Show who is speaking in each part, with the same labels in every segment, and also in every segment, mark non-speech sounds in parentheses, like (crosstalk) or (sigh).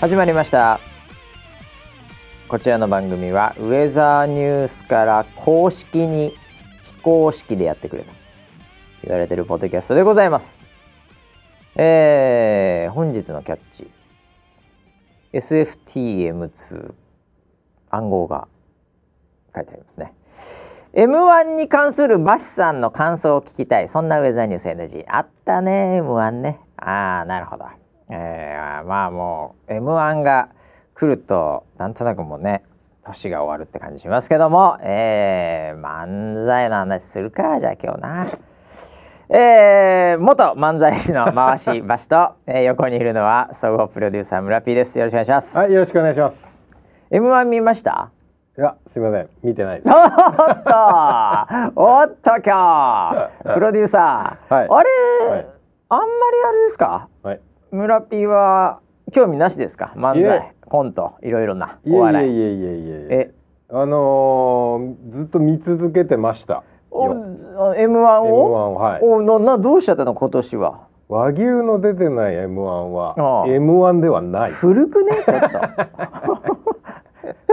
Speaker 1: 始まりましたこちらの番組はウェザーニュースから公式に非公式でやってくれと言われてるポッドキャストでございますえー、本日のキャッチ SFTM2 暗号が書いてありますね M1 に関するバシさんの感想を聞きたいそんなウェザーニュース NG あったね M1 ねああなるほどえー、まあもう M1 が来るとなんとなくもうね年が終わるって感じしますけどもえー、漫才の話するかじゃあ今日なえー、元漫才師の回しバシと、えー、横にいるのは総合プロデューサー村 P ですよろしくお願いします、
Speaker 2: はい、よろしくお願いします。
Speaker 1: M1 見ました
Speaker 2: いや、すみません、見てないです。
Speaker 1: おっとおっと今
Speaker 2: (laughs)
Speaker 1: 日プロデューサー、
Speaker 2: はい
Speaker 1: あれ、
Speaker 2: はい
Speaker 1: あんまりあれですか
Speaker 2: はい。
Speaker 1: 村 P は興味なしですか漫
Speaker 2: い
Speaker 1: 才
Speaker 2: え
Speaker 1: コントいろいろないお
Speaker 2: や
Speaker 1: 笑い
Speaker 2: いやいやいやいやいや。
Speaker 1: え
Speaker 2: あのー、ずっと見続けてました。
Speaker 1: お
Speaker 2: よ
Speaker 1: M1
Speaker 2: M1
Speaker 1: を
Speaker 2: をはい。
Speaker 1: おななどうしちゃったの今年は
Speaker 2: 和牛の出てない M1
Speaker 1: あ
Speaker 2: は
Speaker 1: あ
Speaker 2: M1 ではない。
Speaker 1: 古くねちょっと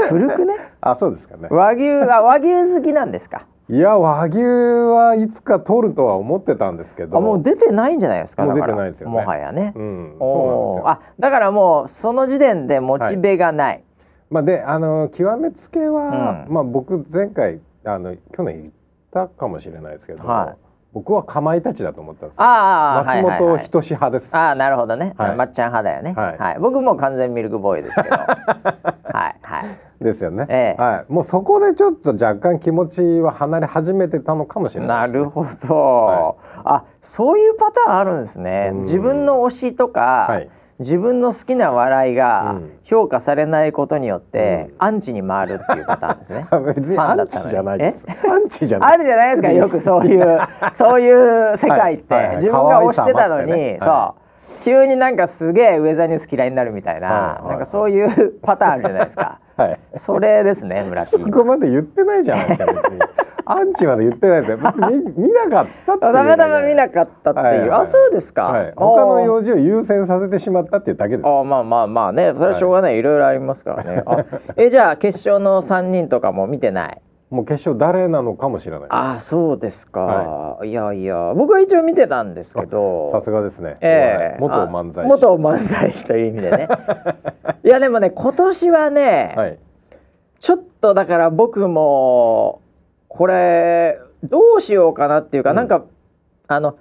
Speaker 1: 古くね
Speaker 2: あ、そうですかね。
Speaker 1: 和牛あ和牛好きなんですか
Speaker 2: いや、和牛はいつか取るとは思ってたんですけど。
Speaker 1: あもう出てないんじゃないですか
Speaker 2: もう
Speaker 1: だから
Speaker 2: 出てないですよね
Speaker 1: もはやね、
Speaker 2: うん、
Speaker 1: お
Speaker 2: そう
Speaker 1: ー
Speaker 2: なんです
Speaker 1: あ
Speaker 2: よ。
Speaker 1: だからもうその時点でモチベがない、
Speaker 2: まあで、あのー極めつけは、
Speaker 1: うん
Speaker 2: まあ僕前回あの去年言ったかもしれないですけど、
Speaker 1: はい
Speaker 2: 僕はかまいたちだと思ったんですよ。
Speaker 1: ああ
Speaker 2: 松
Speaker 1: はいはい
Speaker 2: 本
Speaker 1: はい
Speaker 2: 人志派です。
Speaker 1: ああなるほどね、
Speaker 2: はい
Speaker 1: まっちゃん派だよね、は
Speaker 2: はいい
Speaker 1: 僕もう完全ミルクボーイですけ
Speaker 2: (laughs)
Speaker 1: どはいはい
Speaker 2: ですよね、
Speaker 1: ええ
Speaker 2: はい、もうそこでちょっと若干気持ちは離れ始めてたのかもしれな
Speaker 1: ない
Speaker 2: ですね、
Speaker 1: るほど、
Speaker 2: は
Speaker 1: あそういうパターンあるんですね
Speaker 2: うん
Speaker 1: 自分の推しとか、
Speaker 2: はい
Speaker 1: 自分の好きな笑いが
Speaker 2: うん
Speaker 1: 評価されないことによって、アンチに回るっていうパターンです
Speaker 2: (laughs)
Speaker 1: ね
Speaker 2: 別にアンチじゃないですアンチじゃない
Speaker 1: あるじゃないですかよくそういう
Speaker 2: (laughs)
Speaker 1: そういう世界って、
Speaker 2: はいはいはい
Speaker 1: 自分が推してたのに、
Speaker 2: 可愛さもあってねは
Speaker 1: そう急になんかすげえウェザーニュース嫌いになるみたいな、
Speaker 2: はいはい
Speaker 1: なんかそういうパターンあるじゃないです
Speaker 2: (laughs)
Speaker 1: か
Speaker 2: はい
Speaker 1: それですね村木
Speaker 2: そこまで言ってないじゃないですか別
Speaker 1: (laughs)
Speaker 2: にアンチまで言ってないですよ見見なかったっていう
Speaker 1: たまたま見なかったっていう、
Speaker 2: はいはいはい
Speaker 1: あそうですか、
Speaker 2: はい、他の
Speaker 1: 用
Speaker 2: 用事を優先させてしまったっていうだけです
Speaker 1: あまあまあまあねそれはしょうがない、い、ろいろありますからね
Speaker 2: (laughs)
Speaker 1: あえじゃあ決勝の3人とかも見てない
Speaker 2: もう決勝誰なのかもしれない
Speaker 1: ああそうですか、、
Speaker 2: はい
Speaker 1: やいや僕は一応見てたんですけど
Speaker 2: さすがですね、
Speaker 1: ええ
Speaker 2: 元
Speaker 1: あ
Speaker 2: 漫才師
Speaker 1: 元漫才師という意味で
Speaker 2: (laughs)
Speaker 1: ねいやでもね今年はね、
Speaker 2: はい
Speaker 1: ちょっとだから僕もこれどうしようかなっていうか、
Speaker 2: うん
Speaker 1: なんかあの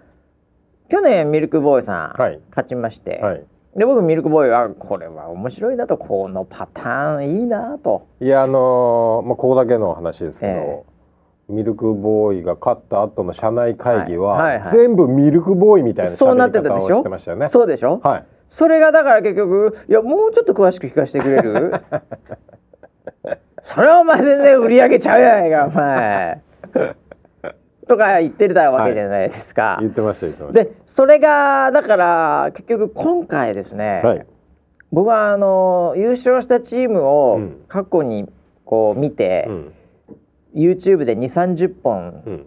Speaker 1: 去年ミルクボーイさん、
Speaker 2: はい
Speaker 1: 勝ちまして、
Speaker 2: はい
Speaker 1: で僕ミルクボーイはこれは面白いなとこのパターンいいなと
Speaker 2: いやあのーまあ、ここだけの話ですけど、
Speaker 1: え
Speaker 2: ミルクボーイが勝った後の社内会議は、
Speaker 1: はいはいはい
Speaker 2: 全部ミルクボーイみたいな
Speaker 1: そうな
Speaker 2: 喋
Speaker 1: って
Speaker 2: り
Speaker 1: たで
Speaker 2: 方
Speaker 1: し
Speaker 2: を
Speaker 1: ょ
Speaker 2: してましたよね。
Speaker 1: そうでしょ、
Speaker 2: はい、
Speaker 1: それがだから結局いやもうちょっと詳しく聞かせてくれる
Speaker 2: (laughs)
Speaker 1: それはお前全然売り上げちゃうやないかお前とか言ってたわけじゃないですか、
Speaker 2: 言ってました言ってまし
Speaker 1: でそれがだから結局今回ですね、
Speaker 2: た。はい、
Speaker 1: 僕はあの優勝したチーム
Speaker 2: う
Speaker 1: を
Speaker 2: ん
Speaker 1: 過去にこう見て
Speaker 2: う、ん
Speaker 1: YouTube で2 3 0本、
Speaker 2: うん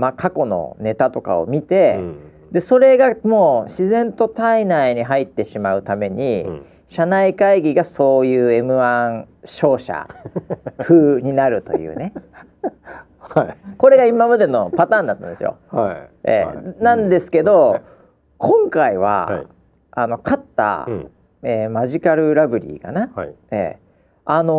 Speaker 1: まあ、過去のネタとかを見
Speaker 2: う
Speaker 1: て、
Speaker 2: ん
Speaker 1: でそれがもう自然と体内に入ってしまうために、
Speaker 2: うん
Speaker 1: 社内会議がそういう m 1勝者風になるというね (laughs)
Speaker 2: はい
Speaker 1: これが今までのパターンだったんですよ。
Speaker 2: はい、
Speaker 1: えー
Speaker 2: はい
Speaker 1: なんですけど、今回は、
Speaker 2: はい
Speaker 1: あの勝った、
Speaker 2: うん
Speaker 1: えーマジカルラブリーかな、
Speaker 2: はい、
Speaker 1: えーあの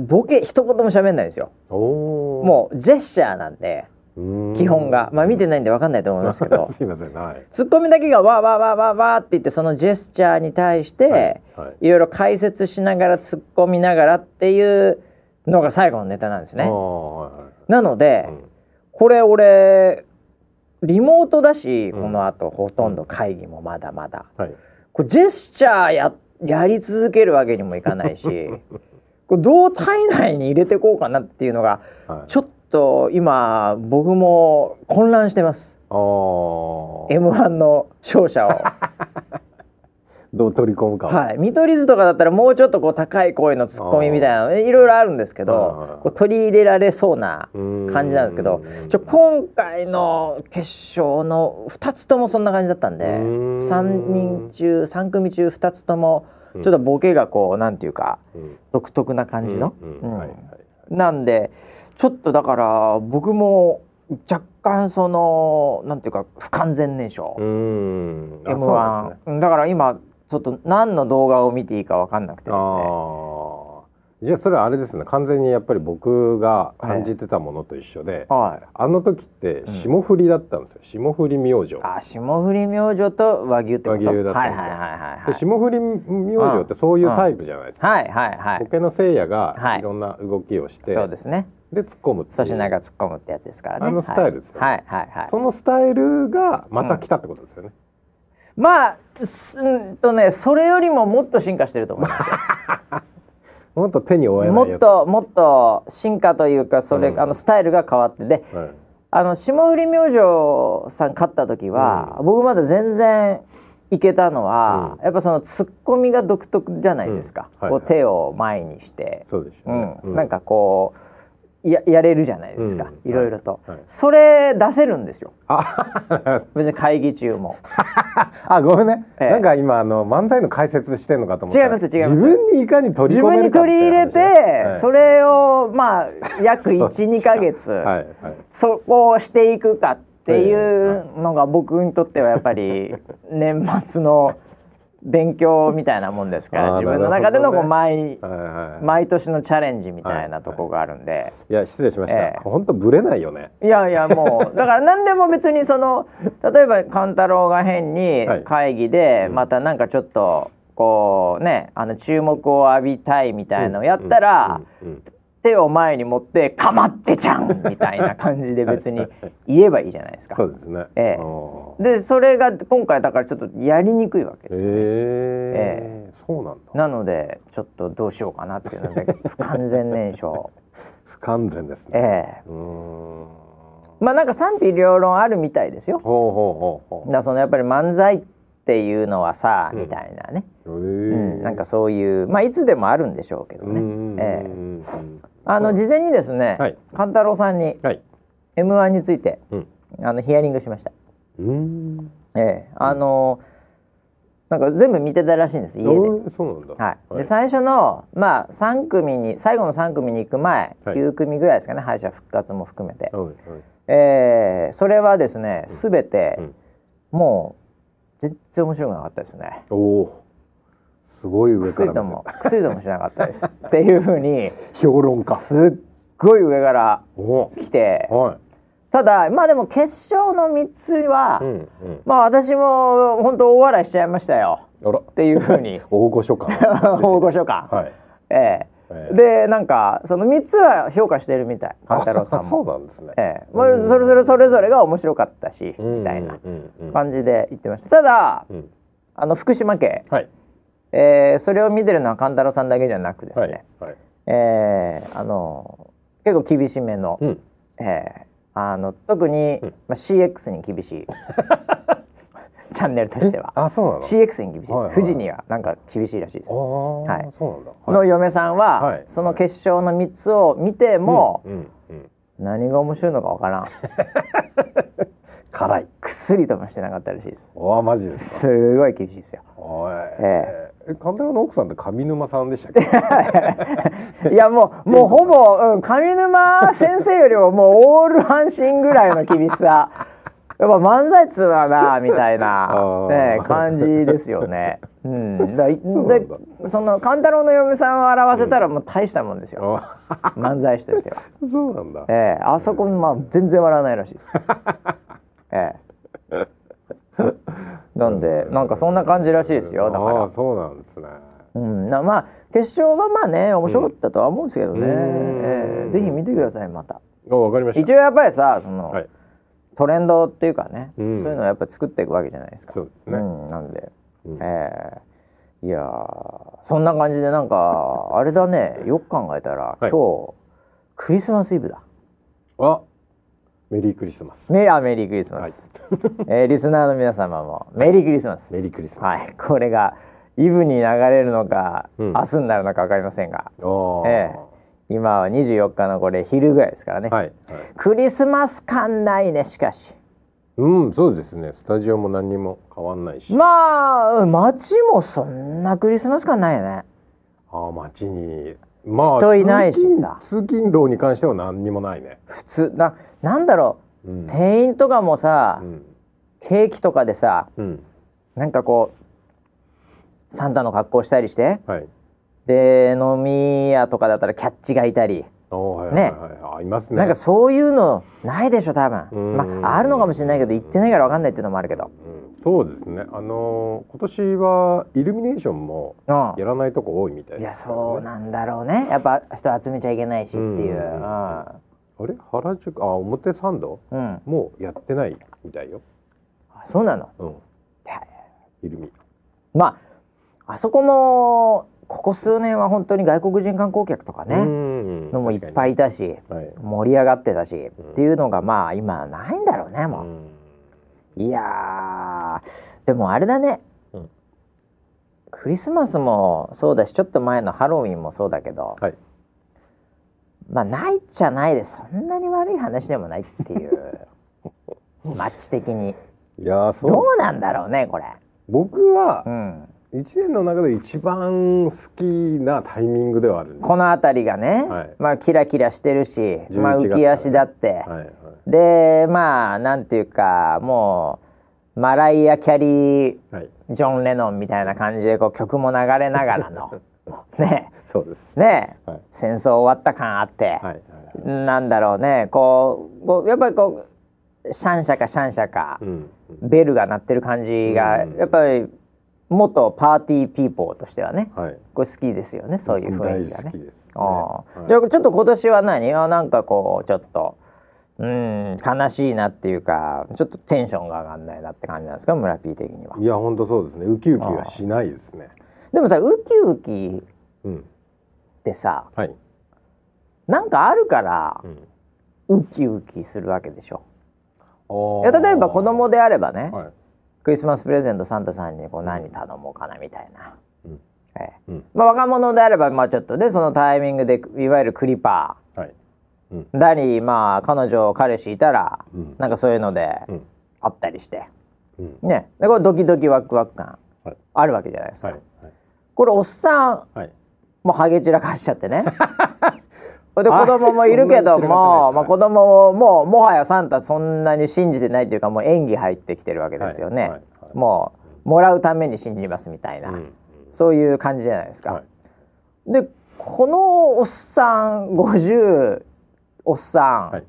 Speaker 1: ーボケ一言も喋んないんですよ。
Speaker 2: おお
Speaker 1: もうジェスチャーなんで
Speaker 2: う、
Speaker 1: 基本が、まあ見てないんでわかんないと思いますけど
Speaker 2: (laughs) すいませんはい
Speaker 1: ツッコミだけがわーわーわーわーわーって言ってそのジェスチャーに対して。
Speaker 2: はいはい
Speaker 1: いろいろ解説しながら突っ込みながらっていうのが最後のネタなんです
Speaker 2: あ
Speaker 1: ね。
Speaker 2: ーはいはい
Speaker 1: なので、
Speaker 2: うん
Speaker 1: これ俺リモートだし
Speaker 2: うん
Speaker 1: この後ほとんど会議もまだまだ、
Speaker 2: はい
Speaker 1: これジェスチャーややり続けるわけにもいかない
Speaker 2: (laughs)
Speaker 1: しこれどう体内に入れてこうかなっていうのが
Speaker 2: はい
Speaker 1: ちょっと今僕も混乱してます
Speaker 2: あー
Speaker 1: m 1の勝者を。
Speaker 2: どう取り込むかを、
Speaker 1: はい、見取り図とかだったらもうちょっとこう高い声のツッコミみたいなのいろいろあるんですけ
Speaker 2: はいはいは
Speaker 1: ど
Speaker 2: い
Speaker 1: こう取り入れられそうな
Speaker 2: うー
Speaker 1: 感じなんですけどちょ今回の決勝の2つともそんな感じだったんで
Speaker 2: うーん
Speaker 1: 3人中3組中2つともちょっとボケがこうなんていうか
Speaker 2: うん
Speaker 1: 独特な感じの。
Speaker 2: うん
Speaker 1: うん
Speaker 2: はいはいはい
Speaker 1: なんでちょっとだから僕も若干そのなんていうか不完全燃焼。
Speaker 2: うーんあ
Speaker 1: M1
Speaker 2: そうなんですね
Speaker 1: うんだから今ちょっと何の動画を見ていいかわかんなくてですね
Speaker 2: ああじゃあそれはあれですね完全にやっぱり僕が感じてたものと一緒で、
Speaker 1: はい
Speaker 2: あの時って霜降りだったんですよ、霜降り明星で
Speaker 1: あ霜降り明星と和牛ってこと
Speaker 2: 和牛だったんで
Speaker 1: はいはいはい
Speaker 2: すよ
Speaker 1: はいはい
Speaker 2: 霜降り明星ってそういうタイプじゃないですか、
Speaker 1: はいはいはい
Speaker 2: ボケのせいや
Speaker 1: は
Speaker 2: が
Speaker 1: い
Speaker 2: いろんな動きをして、
Speaker 1: そうですね
Speaker 2: で突っ込むっていう
Speaker 1: 粗品が突っ込むってやつですからね
Speaker 2: あのスタイルですよね
Speaker 1: はいはいはい、はい
Speaker 2: そのスタイルがまた来たってことですよね、
Speaker 1: まあすうんとねそれよりももっと進化してると思います
Speaker 2: もっと手に負えない
Speaker 1: も
Speaker 2: や
Speaker 1: っ
Speaker 2: つ
Speaker 1: ともっと進化というかそれ、
Speaker 2: うん
Speaker 1: あのスタイルが変わってで
Speaker 2: はい
Speaker 1: あの霜降り明星さん勝った時は、僕まだ全然いけたのは、やっぱそのツッコミが独特じゃないですか、
Speaker 2: うんはいはい
Speaker 1: こう手を前にして、
Speaker 2: そうです
Speaker 1: う
Speaker 2: よね
Speaker 1: ん、なんかこうややれるじゃないですか、
Speaker 2: うん
Speaker 1: いろいろと、
Speaker 2: はいはい
Speaker 1: それ出せるんですよ
Speaker 2: あ
Speaker 1: 別に会議中も
Speaker 2: あごめんね、
Speaker 1: ええ
Speaker 2: なんか今あの漫才の解説してんのかと思った
Speaker 1: 違います違います
Speaker 2: 自分にいかに取
Speaker 1: 自
Speaker 2: り
Speaker 1: 分
Speaker 2: 込める
Speaker 1: に
Speaker 2: かって
Speaker 1: 取り入れ
Speaker 2: 話
Speaker 1: て、
Speaker 2: ねはい
Speaker 1: それをまあ約
Speaker 2: (laughs) そうです
Speaker 1: 12ヶ月、
Speaker 2: はいはい
Speaker 1: そこをしていくかってい
Speaker 2: え
Speaker 1: うのが僕にとってはやっぱり年末の勉強みたいなもんですから
Speaker 2: あー
Speaker 1: 自分の中でのこう
Speaker 2: な
Speaker 1: 毎,、
Speaker 2: はいはい、
Speaker 1: 毎年のチャレンジみたいなとこがあるんで、い
Speaker 2: いや失礼しました、
Speaker 1: ええ
Speaker 2: ほんとブレないよね
Speaker 1: やいやもうだから何でも別にそ
Speaker 2: (laughs)
Speaker 1: の例えば勘太郎が変に
Speaker 2: はい
Speaker 1: 会議でまたなんかちょっとこうねあの注目を浴びたいみたいなのをやったら。
Speaker 2: うんうんうん
Speaker 1: 手を前に持って「かまってちゃん!」みたいな感じで別に言えばいいじゃないですか。
Speaker 2: そうですね
Speaker 1: ええ
Speaker 2: あー
Speaker 1: でそれが今回だからちょっとやりにくいわけです、
Speaker 2: ええそうなんだ
Speaker 1: なのでちょっとどうしようかなっていうの
Speaker 2: (laughs)
Speaker 1: で不完全燃焼
Speaker 2: 不完全です
Speaker 1: ええ
Speaker 2: ね、うーんほ
Speaker 1: まあなんか賛否両論あるみたいですよ
Speaker 2: うほうほう
Speaker 1: だ
Speaker 2: ほ
Speaker 1: からそのやっぱり漫才っていうのはさ、
Speaker 2: うん
Speaker 1: みたいなね、
Speaker 2: う
Speaker 1: う
Speaker 2: へえ
Speaker 1: ん、なんかそういうまあいつでもあるんでしょうけど
Speaker 2: うん
Speaker 1: ね
Speaker 2: うんうん
Speaker 1: ええ
Speaker 2: うん
Speaker 1: あの事前にですね、
Speaker 2: はい
Speaker 1: 勘太郎さんに
Speaker 2: はい
Speaker 1: m 1について
Speaker 2: うん
Speaker 1: あのヒアリングしました
Speaker 2: うーん
Speaker 1: ええあのなんか全部見てたらしいんです家で。
Speaker 2: どうそうなんだ
Speaker 1: はい、で最初のまあ三組に最後の3組に行く前、
Speaker 2: はい
Speaker 1: 9組ぐらいですかね敗者復活も含めて、
Speaker 2: はいはい
Speaker 1: えーそれはですね全て、
Speaker 2: うん
Speaker 1: もう全然面白くなかったですね
Speaker 2: おおーすごい上か
Speaker 1: 薬
Speaker 2: ら
Speaker 1: と
Speaker 2: 目線
Speaker 1: も薬ともしなかったです (laughs) っていうふうに
Speaker 2: 評論家
Speaker 1: すっごい上から
Speaker 2: お
Speaker 1: 来て
Speaker 2: おはい
Speaker 1: ただまあでも決勝の3つは、
Speaker 2: うんうん
Speaker 1: まあ私も本当大笑いしちゃいましたよ
Speaker 2: あら
Speaker 1: っていうふう
Speaker 2: (laughs)
Speaker 1: に
Speaker 2: 大御所感
Speaker 1: (laughs) 大御所感、
Speaker 2: はい
Speaker 1: ええ
Speaker 2: ええ
Speaker 1: でなんかその3つは評価してるみたい勘太郎さん
Speaker 2: あ
Speaker 1: も。
Speaker 2: そうなんですね
Speaker 1: ええまあ、それぞれそれぞれが面白かったし、
Speaker 2: うん
Speaker 1: みたいな
Speaker 2: うんうんうん
Speaker 1: 感じで言ってましたただ
Speaker 2: うん
Speaker 1: あの福島県、
Speaker 2: はい
Speaker 1: えーそれを見てるのは勘太郎さんだけじゃなくです
Speaker 2: は
Speaker 1: ね、
Speaker 2: いはい
Speaker 1: えーあの結構厳しめの,、
Speaker 2: うん
Speaker 1: えーあの特に、
Speaker 2: ん
Speaker 1: まあ、CX に厳し
Speaker 2: (laughs)
Speaker 1: いチャンネルとしては
Speaker 2: あそうなの
Speaker 1: CX に厳しいです、
Speaker 2: はいはい
Speaker 1: 富士にはなんか厳しいらしいです。
Speaker 2: ああ、
Speaker 1: はい
Speaker 2: そうなんだ。
Speaker 1: の嫁さんは、
Speaker 2: はい
Speaker 1: その決勝の3つを見ても、
Speaker 2: うんうん、
Speaker 1: 何が面白いのかわ
Speaker 2: (laughs)
Speaker 1: からん
Speaker 2: 辛い。
Speaker 1: 薬ともしてなかったらしいです
Speaker 2: ああ、マジですか。
Speaker 1: すごい厳しいですよ。
Speaker 2: おい。
Speaker 1: え
Speaker 2: ええ、神田の奥さんって上沼さんでしたっけ。
Speaker 1: (laughs) いやもうもうほぼ、うん、上沼先生よりももうオール阪神ぐらいの厳しさ。 (laughs) やっぱ漫才っつうのはなみたいな
Speaker 2: (laughs) あ、ー
Speaker 1: ね、感じですよね。うん、だい
Speaker 2: (laughs) そうなん
Speaker 1: で
Speaker 2: だ
Speaker 1: その勘太郎の嫁さんを表せたらもう大したもんですよ、
Speaker 2: ああ、
Speaker 1: 漫才師としては。 (laughs)
Speaker 2: そうなんだ。
Speaker 1: ええあそこまあ全然笑わないら
Speaker 2: (laughs)
Speaker 1: しいです。ええ、なんでなんかそんな感じらしいですよだか
Speaker 2: あ
Speaker 1: ら
Speaker 2: あ、。そうなんですね。
Speaker 1: うん、なまあ決勝はまあね面白かったとは思うんですけどね、
Speaker 2: うん
Speaker 1: えーぜひ見てくださいまた
Speaker 2: あ、わかりまし
Speaker 1: 一
Speaker 2: た。
Speaker 1: 応やっぱりさその、
Speaker 2: はい。
Speaker 1: トレンドっていうかね、
Speaker 2: うん
Speaker 1: そういうのをやっぱり作っていくわけじゃないですか
Speaker 2: そうですね
Speaker 1: ん、なんで、
Speaker 2: うん
Speaker 1: えーいやーそんな感じでなんかあれだねよく考えたら、
Speaker 2: は
Speaker 1: 今
Speaker 2: い
Speaker 1: 日クリスマスイブだ
Speaker 2: あ、メリークリスマス。
Speaker 1: メあメリー (laughs) クリスマス、えーリスナーの皆様もメリークリスマス
Speaker 2: メリークリスマ
Speaker 1: は
Speaker 2: ス。
Speaker 1: い、これが、イブに流れるのか、
Speaker 2: うん
Speaker 1: 明日になるのか分かりませんが
Speaker 2: ああ、
Speaker 1: え今は24日のこれ昼ぐらいですからね、
Speaker 2: はい、はい、
Speaker 1: クリスマス感ないねしかし
Speaker 2: うんそうですねスタジオも何にも変わんないし、
Speaker 1: まあ街もそんなクリスマス感ないよね
Speaker 2: ああ街にまあ
Speaker 1: 人いないし
Speaker 2: 通勤
Speaker 1: さ
Speaker 2: 通勤路に関しては何にもないね、
Speaker 1: 普通ななんだろ
Speaker 2: う
Speaker 1: う、
Speaker 2: ん
Speaker 1: 店員とかもさ、
Speaker 2: うん
Speaker 1: ケーキとかでさ
Speaker 2: うん
Speaker 1: なんかこうサンタの格好したりして
Speaker 2: はい
Speaker 1: で飲み屋とかだったらキャッチがいたり、
Speaker 2: ああはいはい
Speaker 1: ね
Speaker 2: はい、あいますね
Speaker 1: なんかそういうのないでしょ多分
Speaker 2: うん
Speaker 1: まああるのかもしれないけど行ってないから分かんないっていうのもあるけど
Speaker 2: うん、そうですねあのー今年はイルミネーションも
Speaker 1: うん
Speaker 2: やらないとこ多いみたい
Speaker 1: い
Speaker 2: で
Speaker 1: や
Speaker 2: すけどね
Speaker 1: そうなんだろうねやっぱ人集めちゃいけないしっていう
Speaker 2: う
Speaker 1: うんん、
Speaker 2: あれ原宿あ表参道
Speaker 1: うん
Speaker 2: もうやってないみたいよ、
Speaker 1: あそうなの
Speaker 2: うん、イルミ
Speaker 1: まああそこもここ数年は本当に外国人観光客とかね、
Speaker 2: うん
Speaker 1: のもいっぱいいたし
Speaker 2: 確かにはい
Speaker 1: 盛り上がってたし、
Speaker 2: ん
Speaker 1: っていうのがまあ今ないんだろうねもう、いやーでもあれだね、
Speaker 2: うん
Speaker 1: クリスマスもそうだしちょっと前のハロウィンもそうだけど、
Speaker 2: はい
Speaker 1: まあないっちゃないですそんなに悪い話でもないって
Speaker 2: (laughs)
Speaker 1: いうマッチ的に
Speaker 2: いやーそう
Speaker 1: どうなんだろうねこれ、
Speaker 2: 僕は
Speaker 1: うん、
Speaker 2: 一年の中で一番好きなタイミングではあるんです
Speaker 1: この辺りがね、
Speaker 2: はい
Speaker 1: まあキラキラしてるし、まあ
Speaker 2: 11月
Speaker 1: 浮き足だって、
Speaker 2: はいはい
Speaker 1: でまあなんていうかもうマライア・キャリー
Speaker 2: はい
Speaker 1: ジョン・レノンみたいな感じでこう曲も流れながら
Speaker 2: (laughs)
Speaker 1: のね
Speaker 2: そうです
Speaker 1: ね
Speaker 2: はい
Speaker 1: 戦争終わった感あって、
Speaker 2: はいはいはい
Speaker 1: なんだろうねこうこうやっぱりこうシャンシャかシャンシャか、
Speaker 2: うん
Speaker 1: ベルが鳴ってる感じが、
Speaker 2: うん
Speaker 1: やっぱり元パーティーピーポーとしてはね
Speaker 2: はい
Speaker 1: これ好きですよねそういう雰囲気が
Speaker 2: 大好
Speaker 1: ね
Speaker 2: き。です、ね
Speaker 1: ああ、
Speaker 2: はい。
Speaker 1: じゃあちょっと今年は何あなんかこうちょっとうん悲しいなっていうかちょっとテンションが上がんないなって感じなんですか村 P 的にはい
Speaker 2: や本当そうですねウキウキはしないですね
Speaker 1: でもさウキウキ
Speaker 2: うん
Speaker 1: ってさ
Speaker 2: はい、
Speaker 1: なんかあるから
Speaker 2: うん、
Speaker 1: ウキウキするわけでしょ。い
Speaker 2: い
Speaker 1: や例えば子供であればね、
Speaker 2: はい
Speaker 1: クリスマスプレゼントサンタさんにこう何頼もうかなみたいな。
Speaker 2: うん
Speaker 1: ええ
Speaker 2: うん
Speaker 1: まあ、若者であればまあちょっとねそのタイミングでいわゆるクリパ
Speaker 2: はい
Speaker 1: ーだりまあ彼女彼氏いたら
Speaker 2: うん
Speaker 1: なんかそういうので
Speaker 2: うん
Speaker 1: あったりして。
Speaker 2: うん
Speaker 1: ね、でこれドキドキワクワク感
Speaker 2: はい
Speaker 1: あるわけじゃないですか、
Speaker 2: はいはい
Speaker 1: これおっさん
Speaker 2: はい
Speaker 1: もハゲ散らかしちゃって
Speaker 2: (laughs)
Speaker 1: ねで子供もいるけども、
Speaker 2: そ
Speaker 1: ま
Speaker 2: んなに散らかってないです
Speaker 1: あ、子供ももうもはやサンタそんなに信じてないというかもう演技入ってきてるわけですよね、
Speaker 2: はいはいはい
Speaker 1: もうもらうために信じますみたいな、
Speaker 2: うんうん
Speaker 1: そういう感じじゃないですか、
Speaker 2: はい
Speaker 1: でこのおっさん50おっさん、
Speaker 2: はい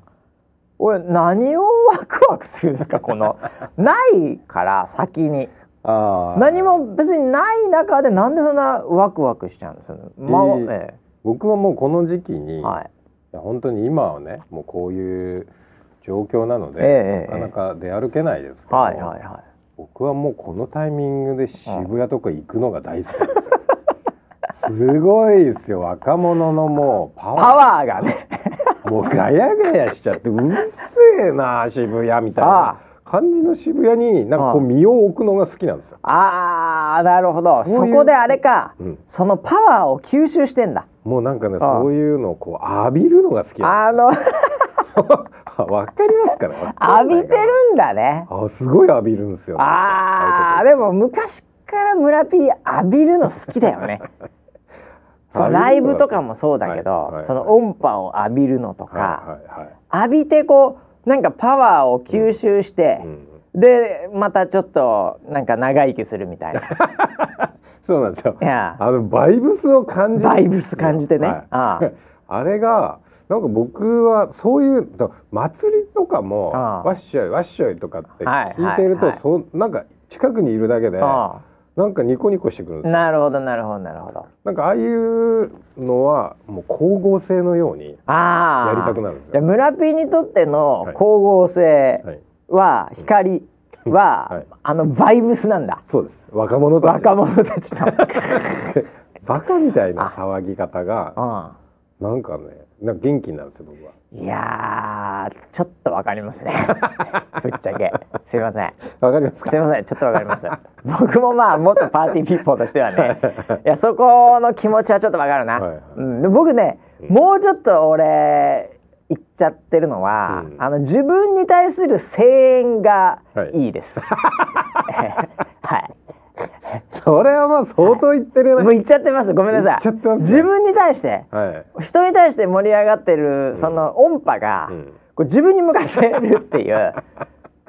Speaker 1: 俺何をワクワクするんですかこのないから先に。
Speaker 2: あー
Speaker 1: 何も別にない中でなんでそんなワクワクしちゃうんですよね。まあ
Speaker 2: えー
Speaker 1: え
Speaker 2: 僕はもうこの時期に、
Speaker 1: えはい。
Speaker 2: いや本当に今はねもうこういう状況なので、
Speaker 1: ええええ
Speaker 2: なかなか出歩けないですけど、
Speaker 1: はいはいは
Speaker 2: 僕はもうこのタイミングで渋谷とか行くのが大好きです
Speaker 1: (laughs)
Speaker 2: よ、すごいですよ若者のもうパ
Speaker 1: い。
Speaker 2: ワー
Speaker 1: パワーがね。 (laughs)
Speaker 2: もうガヤガヤしちゃってうっせえな渋谷みたい
Speaker 1: ああ
Speaker 2: な感じの渋谷になんかこう身を置くのが好きなんですよ。
Speaker 1: ああなるほど。そ
Speaker 2: そういう
Speaker 1: こであれか、
Speaker 2: うん
Speaker 1: そのパワーを吸収してんだ。
Speaker 2: もうなんかね
Speaker 1: ああ
Speaker 2: そういうのをこう浴びるのが好きなん
Speaker 1: あの
Speaker 2: (laughs) ですよ。 (laughs) わかりますかね。わかんな
Speaker 1: 浴
Speaker 2: い
Speaker 1: び
Speaker 2: か
Speaker 1: て
Speaker 2: な。
Speaker 1: るんだね。
Speaker 2: あすごい浴びるんですよ。
Speaker 1: ああ
Speaker 2: れ
Speaker 1: でも昔から村ピー浴びるの好きだ
Speaker 2: (laughs)
Speaker 1: よね。そのライブとかもそうだけど、
Speaker 2: はいはい
Speaker 1: その音波を浴びるのとか、
Speaker 2: はいはいはい。
Speaker 1: 浴びてこうなんかパワーを吸収して。
Speaker 2: うん
Speaker 1: でまたちょっとなんか長生きするみた
Speaker 2: (laughs)
Speaker 1: いない
Speaker 2: そうなんですよ。
Speaker 1: や
Speaker 2: あのバイブスを感じる
Speaker 1: バイブス感じてね
Speaker 2: はい
Speaker 1: ああ
Speaker 2: (laughs) あれがなんか僕はそういうと祭りとかも
Speaker 1: ああ
Speaker 2: わっしょいわっしょいとかって
Speaker 1: はい
Speaker 2: 聞いてる
Speaker 1: はい
Speaker 2: と
Speaker 1: はい
Speaker 2: そうなんか近くにいるだけで
Speaker 1: あ
Speaker 2: なんかニコニコしてくるんですよ。
Speaker 1: なるほどなるほどなるほど
Speaker 2: なんかああいうのはもう光合成のように
Speaker 1: ああ
Speaker 2: やりたくなるんですよ
Speaker 1: じゃあ村ピにとっての
Speaker 2: はい
Speaker 1: 光合成
Speaker 2: はい
Speaker 1: は光は、
Speaker 2: はい
Speaker 1: あのバイブスなんだ
Speaker 2: そうです若者たち
Speaker 1: 若者たちの
Speaker 2: (laughs) バカみたいな騒ぎ方が
Speaker 1: うん
Speaker 2: なんかねなんか元気なんですよ僕は。
Speaker 1: いやーちょっとわかり
Speaker 2: (laughs)
Speaker 1: ますねぶっちゃけすいません
Speaker 2: わかりますか。
Speaker 1: すいませんちょっ (laughs) とわかります僕もまあ元パーティーピーポーとしてはねいやそこの気持ちはちょっとわかるな、
Speaker 2: はいはい
Speaker 1: うん、で僕ね、もうちょっと俺言っちゃってるのは、
Speaker 2: うん
Speaker 1: あの自分に対する声援がいいです、(laughs)
Speaker 2: (laughs)
Speaker 1: はい
Speaker 2: それはまあ相当言ってるね。
Speaker 1: もう言っちゃってますごめんなさい
Speaker 2: 言っちゃってますね
Speaker 1: 自分に対して
Speaker 2: はい。
Speaker 1: 人に対して盛り上がってるその音波が、
Speaker 2: うん
Speaker 1: こう自分に向かってるっていう
Speaker 2: (laughs)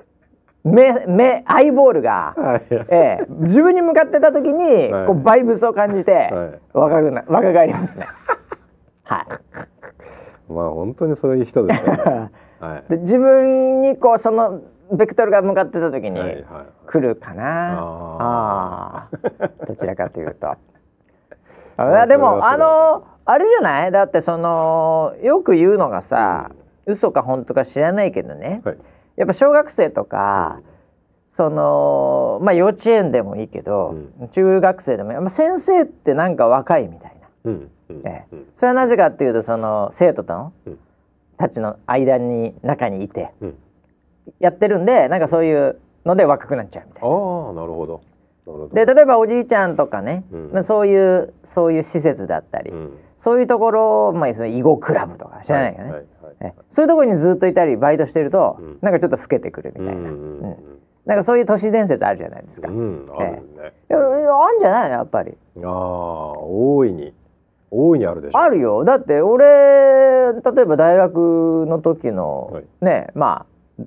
Speaker 1: 目目アイボールが、
Speaker 2: はい
Speaker 1: ええ自分に向かってた時に、
Speaker 2: はい
Speaker 1: こうバイブスを感じて、
Speaker 2: い
Speaker 1: 若くな若返りますね。はい
Speaker 2: まあ本当にそういう人
Speaker 1: (laughs)
Speaker 2: ですよね。はい。
Speaker 1: で自分にこうそのベクトルが向かってた時に
Speaker 2: はいはい
Speaker 1: 来るかな、
Speaker 2: あ
Speaker 1: ああどちらかと
Speaker 2: (laughs)
Speaker 1: いうと
Speaker 2: あそれ
Speaker 1: あ
Speaker 2: は
Speaker 1: で
Speaker 2: そう
Speaker 1: も
Speaker 2: だ
Speaker 1: あのあれじゃないだってそのよく言うのがさ、嘘か本当か知らないけどね、
Speaker 2: はい。
Speaker 1: やっぱ小学生とか、そのまあ幼稚園でもいいけど、中学生でもやっぱ先生ってなんか若いみたいな。
Speaker 2: うん。うん
Speaker 1: ええ
Speaker 2: うん
Speaker 1: それはなぜかっていうとその生徒との、
Speaker 2: うん
Speaker 1: たちの間に中にいて
Speaker 2: うん。
Speaker 1: やってるんでなんかそういうので若くなっちゃうみたい
Speaker 2: ああなるほど。なるほど。
Speaker 1: な。で例えばおじいちゃんとかね、
Speaker 2: うん
Speaker 1: まあ、そういうそういう施設だったり、
Speaker 2: うん。
Speaker 1: そういうところ、まあ、その囲碁クラブとか知らないけどね、
Speaker 2: はいはいはい
Speaker 1: ええそういうところにずっといたりバイトしてると、
Speaker 2: うん
Speaker 1: なんかちょっと老けてくるみ
Speaker 2: うん
Speaker 1: た
Speaker 2: う
Speaker 1: いな、
Speaker 2: ん
Speaker 1: うんなんかそういう都市伝説あるじゃないですか。
Speaker 2: う
Speaker 1: い
Speaker 2: ん。うん。あるね。
Speaker 1: やいやあんじゃないのやっぱり
Speaker 2: ああ大いに大いにあるでしょ。
Speaker 1: あるよだって俺例えば大学の時の、
Speaker 2: はい
Speaker 1: ねまあ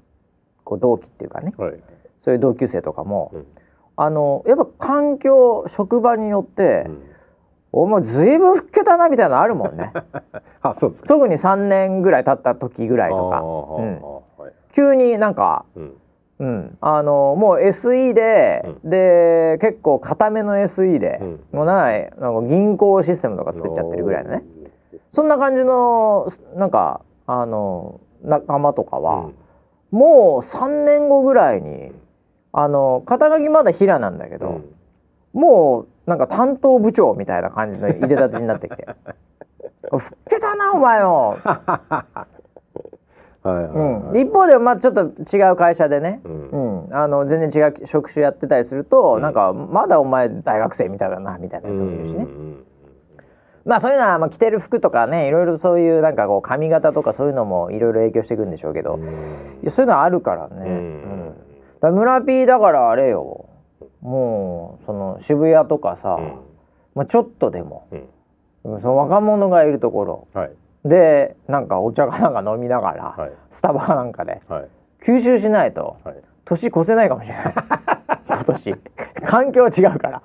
Speaker 1: こう同期っていうかね
Speaker 2: はい。
Speaker 1: そういう同級生とかも、
Speaker 2: うん
Speaker 1: あのやっぱ環境職場によって、
Speaker 2: うん
Speaker 1: お前ずいぶん老けたなみたいなのあるも
Speaker 2: (laughs)
Speaker 1: んね
Speaker 2: あそうですか。
Speaker 1: 特に3年ぐらい経った時ぐらいと
Speaker 2: あ
Speaker 1: か
Speaker 2: あ
Speaker 1: うん
Speaker 2: ああはい。
Speaker 1: 急になんか
Speaker 2: うん。
Speaker 1: うん、あのもう SE で、で結構固めの SE で、
Speaker 2: うん
Speaker 1: もうないなんか銀行システムとか作っちゃってるぐらいのねそんな感じのすなんかあの仲間とか
Speaker 2: う
Speaker 1: は
Speaker 2: ん。、
Speaker 1: もう3年後ぐらいにあの肩書きまだ平なんだけど、
Speaker 2: うん
Speaker 1: もうなんか担当部長みたいな感じのいでたちにな
Speaker 2: (laughs)
Speaker 1: ってきて「老けたなお前よ」
Speaker 2: はいはい
Speaker 1: うん、
Speaker 2: はい。
Speaker 1: で一方でまあちょっと違う会社でね、
Speaker 2: うん
Speaker 1: うん、あの全然違う職種やってたりすると、
Speaker 2: うん
Speaker 1: なんかまだお前大学生みたいだなみたいなやつもいるしね、まあそういうのはまあ着てる服とかねいろいろそういうなんかこう髪型とかそういうのもいろいろ影響してくるんでしょうけど、
Speaker 2: うん
Speaker 1: いやそういうのはあるからね、
Speaker 2: う
Speaker 1: うん
Speaker 2: ん
Speaker 1: だから村 P だからあれよもうその渋谷とかさ、
Speaker 2: うん
Speaker 1: まあ、ちょっとでも
Speaker 2: うん
Speaker 1: その若者がいるところ
Speaker 2: はい
Speaker 1: でなんかお茶かなんか飲みながら、
Speaker 2: はい
Speaker 1: スタバなんかで
Speaker 2: はい
Speaker 1: 吸収しないと。
Speaker 2: はい。
Speaker 1: 年越せないかもしれ
Speaker 2: (laughs)
Speaker 1: ない今年環境違うから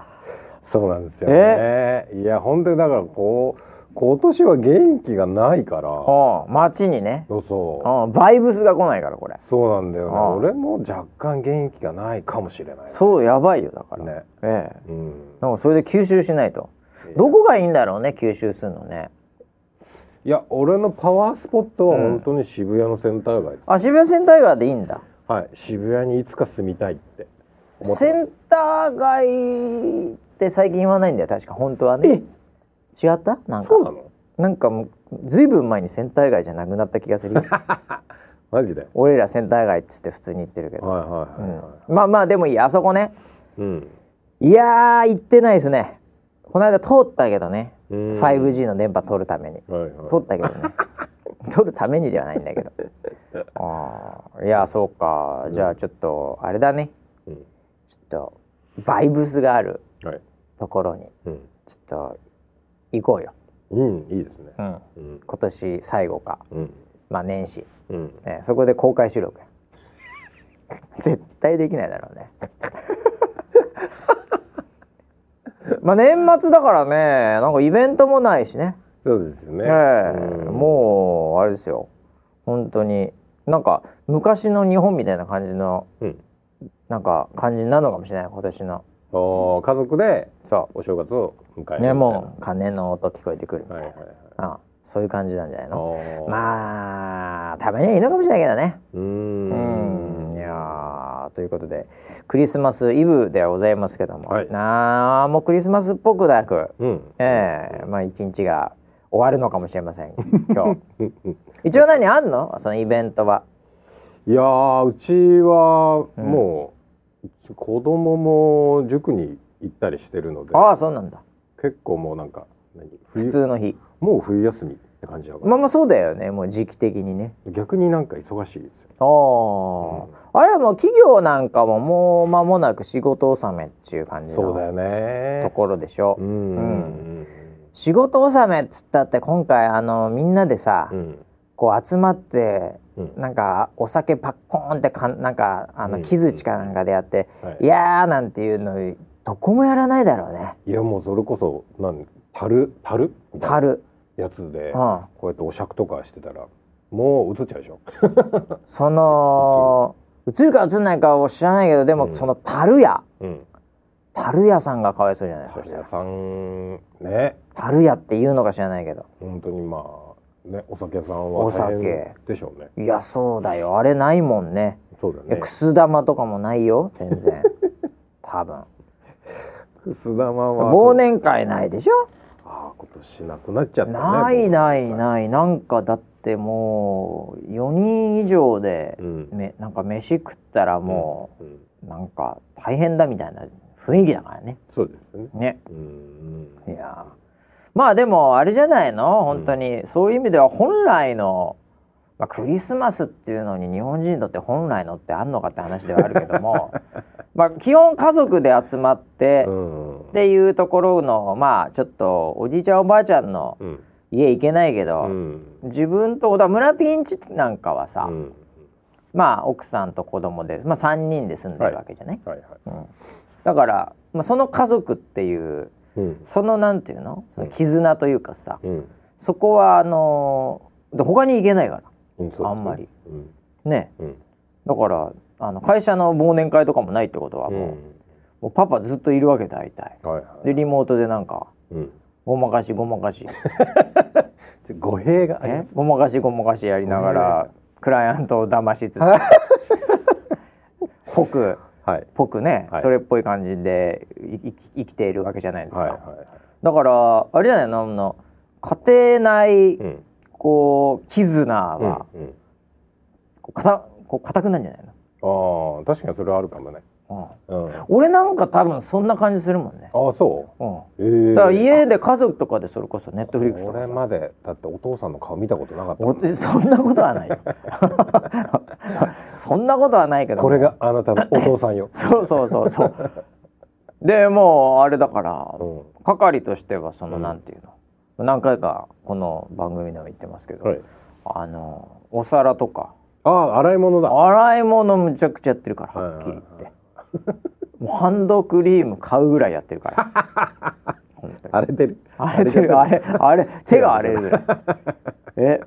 Speaker 2: そうなんですよね。いや本当にだからこう今年は元気がないから。
Speaker 1: うん街にね
Speaker 2: そうそう。
Speaker 1: うんバイブスが来ないからこれ
Speaker 2: そうなんだよね
Speaker 1: あ。あ
Speaker 2: 俺も若干元気がないかもしれない。
Speaker 1: そうやばいよだから、
Speaker 2: ね。
Speaker 1: ええ
Speaker 2: うん。
Speaker 1: なんかそれで吸収しないとどこがいいんだろうね吸収するのね
Speaker 2: いや俺のパワースポットは本当に渋谷のセンター街です。
Speaker 1: あ渋谷センター街でいいんだ
Speaker 2: はい。渋谷にいつか住みたいって思って
Speaker 1: セ
Speaker 2: ま
Speaker 1: ン
Speaker 2: す。
Speaker 1: ター街って最近言わないんだよ確か本当はね違ったなんか
Speaker 2: そうなの？
Speaker 1: なんかもうずいぶん前にセンター街じゃなくなった気がす
Speaker 2: (laughs)
Speaker 1: るよ
Speaker 2: マジで。
Speaker 1: 俺らセンター街っつって普通に言ってるけど、
Speaker 2: はいはいはいは
Speaker 1: うんまあまあでもいいあそこね
Speaker 2: い。うん。
Speaker 1: いやー行ってないですねこの間通ったけどね
Speaker 2: うーん
Speaker 1: 5G の電波取るために
Speaker 2: はいはい。
Speaker 1: 通ったけどね取るためにではないんだけどあーいやそうかじゃあちょっとあれだね
Speaker 2: うん
Speaker 1: ちょっとバイブスがある
Speaker 2: はい。
Speaker 1: ところに
Speaker 2: うん。
Speaker 1: ちょっと行こうよ、
Speaker 2: うん。いいですね。
Speaker 1: うん、
Speaker 2: うん。
Speaker 1: 今年最後か
Speaker 2: うん。
Speaker 1: まあ年始、
Speaker 2: うん。
Speaker 1: ね、そこで公開収録や (laughs) 絶対できないだろうね (laughs) まあ年末だからねなんかイベントもないしね
Speaker 2: そうですよね。
Speaker 1: ええ
Speaker 2: うん
Speaker 1: もうあれですよ本当になんか昔の日本みたいな感じの
Speaker 2: うん。
Speaker 1: なんか感じなのかもしれない今年の
Speaker 2: おー家族で
Speaker 1: そ
Speaker 2: お正月を迎えるみたいうな
Speaker 1: ねもう鐘の音聞こえてくるみたい
Speaker 2: はい
Speaker 1: な、
Speaker 2: はいはい。
Speaker 1: あそういう感じなんじゃないの
Speaker 2: おー
Speaker 1: まあたまにはいいのかもしれないけどね
Speaker 2: うー
Speaker 1: うん
Speaker 2: ん。
Speaker 1: いやーということでクリスマスイブではございますけども、
Speaker 2: はい
Speaker 1: なあもうクリスマスっぽくなく
Speaker 2: うん。
Speaker 1: ええまあ一日が終わるのかもしれま
Speaker 2: (laughs)
Speaker 1: せん今日一応何あんのそのイベントはい
Speaker 2: やーうちはもう、子供も塾に行ったりしてるので
Speaker 1: ああそうなんだ
Speaker 2: 結構もうなんか何冬
Speaker 1: 普通の日
Speaker 2: もう冬休みって感じだから、
Speaker 1: まあまあそうだよねもう時期的にね
Speaker 2: 逆になんか忙しいですよ
Speaker 1: ああ、あれはもう企業なんかももう間もなく仕事納めっていう感じ
Speaker 2: そう
Speaker 1: の
Speaker 2: だよ
Speaker 1: と
Speaker 2: ね
Speaker 1: ころでしょ、
Speaker 2: うんうん
Speaker 1: 仕事納めっつったって今回あのみんなでさ、
Speaker 2: うん
Speaker 1: こう集まって
Speaker 2: うん
Speaker 1: なんかお酒パッコーンってかんなんかあ
Speaker 2: う
Speaker 1: の
Speaker 2: ん
Speaker 1: 木槌かなんかでやって、
Speaker 2: はい
Speaker 1: いやーなんていうのどこもやらないだろうね
Speaker 2: いやもうそれこそなん樽樽みたいな
Speaker 1: 樽、
Speaker 2: やつ
Speaker 1: う
Speaker 2: で
Speaker 1: ん、
Speaker 2: こうやってお酌とかしてたらもう映っちゃうでしょ
Speaker 1: その映るか映んないかは知らないけどでも、
Speaker 2: うん
Speaker 1: その樽屋
Speaker 2: うん
Speaker 1: 樽屋さんがかわいそうじゃないそ
Speaker 2: 樽
Speaker 1: したら
Speaker 2: 屋さんね
Speaker 1: 樽屋っていうのか知らないけど
Speaker 2: 本当にまあねお酒屋さん
Speaker 1: お
Speaker 2: は
Speaker 1: 酒
Speaker 2: 大変でしょうね
Speaker 1: いやそうだよあれないもんね
Speaker 2: そうだよ
Speaker 1: いや
Speaker 2: ね
Speaker 1: くす玉とかもないよ全
Speaker 2: (laughs)
Speaker 1: 然多分
Speaker 2: くす玉は
Speaker 1: 忘年会ないでしょ
Speaker 2: ああ今年なくなっちゃったね
Speaker 1: ないない
Speaker 2: い
Speaker 1: ないなんかだってもう4人以上で、
Speaker 2: うん
Speaker 1: めなんか飯食ったらも
Speaker 2: うん
Speaker 1: う、なんか大変だみたいな雰囲気だからね
Speaker 2: そうですね
Speaker 1: ね
Speaker 2: うん
Speaker 1: いやーまあでもあれじゃないの本当に、そういう意味では本来の、まあ、クリスマスっていうのに日本人にとって本来のってあんのかって話ではあるけど
Speaker 2: (laughs)
Speaker 1: もまあ基本家族で集まって、
Speaker 2: うん
Speaker 1: っていうところのまあちょっとおじいちゃんおばあちゃんの
Speaker 2: うん
Speaker 1: 家行けないけ
Speaker 2: う
Speaker 1: ど、
Speaker 2: ん
Speaker 1: 自分とだから村ピンチなんかはさ、
Speaker 2: うん
Speaker 1: まあ奥さんと子供でまあ3人で住んでるわけじゃない、
Speaker 2: はいはい
Speaker 1: うん、だから、まあ、その家族っていう
Speaker 2: うん
Speaker 1: そのなんていうのその絆というかさ、
Speaker 2: うん
Speaker 1: そこはあのーで他に行けないか
Speaker 2: うんそうですね
Speaker 1: あんまり
Speaker 2: うん
Speaker 1: らね
Speaker 2: うん
Speaker 1: だからあの会社の忘年会とかもないってことはもう,、もうパパずっといるわけだ大体
Speaker 2: うんはいは
Speaker 1: でリモートでなんか
Speaker 2: いうん
Speaker 1: ごまかしごまかし
Speaker 2: ちょ語弊があり
Speaker 1: ね
Speaker 2: ます
Speaker 1: ごまかしごまかしやりなが
Speaker 2: ごめんな
Speaker 1: ら
Speaker 2: さい
Speaker 1: クライアントを騙
Speaker 2: (laughs)
Speaker 1: しつつぽく
Speaker 2: はい
Speaker 1: ぽくね、
Speaker 2: はい
Speaker 1: それっぽい感じでいい生きているわけじゃないですか、
Speaker 2: はいは
Speaker 1: だからあれじゃないのあの家庭内
Speaker 2: いうん
Speaker 1: こう絆は
Speaker 2: うんうん
Speaker 1: こうかたこう固くなんじゃない
Speaker 2: ああ確かにそれはあるかもね
Speaker 1: の、
Speaker 2: うんあ
Speaker 1: うん、俺なんか多分そんな感じするもんね、
Speaker 2: あそう
Speaker 1: う
Speaker 2: え
Speaker 1: ん、
Speaker 2: ー
Speaker 1: だから家で家族とかでそれこそネットフリックスと
Speaker 2: こ
Speaker 1: か
Speaker 2: れ
Speaker 1: さ
Speaker 2: までだってお父さんの顔見たことなかったも
Speaker 1: お
Speaker 2: ん
Speaker 1: そんなことはないよ (laughs) そんなことはないけども、
Speaker 2: (laughs) これがあなたのお父さんよ
Speaker 1: (laughs) そうそうそうそう。でもうあれだから
Speaker 2: うん、
Speaker 1: 係としてはその
Speaker 2: うん
Speaker 1: なんていうの、何回かこの番組でも言ってますけど、
Speaker 2: はい
Speaker 1: あのお皿とか
Speaker 2: ああ洗い物だ
Speaker 1: 洗い物むちゃくちゃやってるからはっきり言って、
Speaker 2: はいはい
Speaker 1: もうハンドクリーム買うぐらいやってるから本当に
Speaker 2: 荒れてる
Speaker 1: 荒れて (laughs) るあれあれ手が荒れるぐらい (laughs) え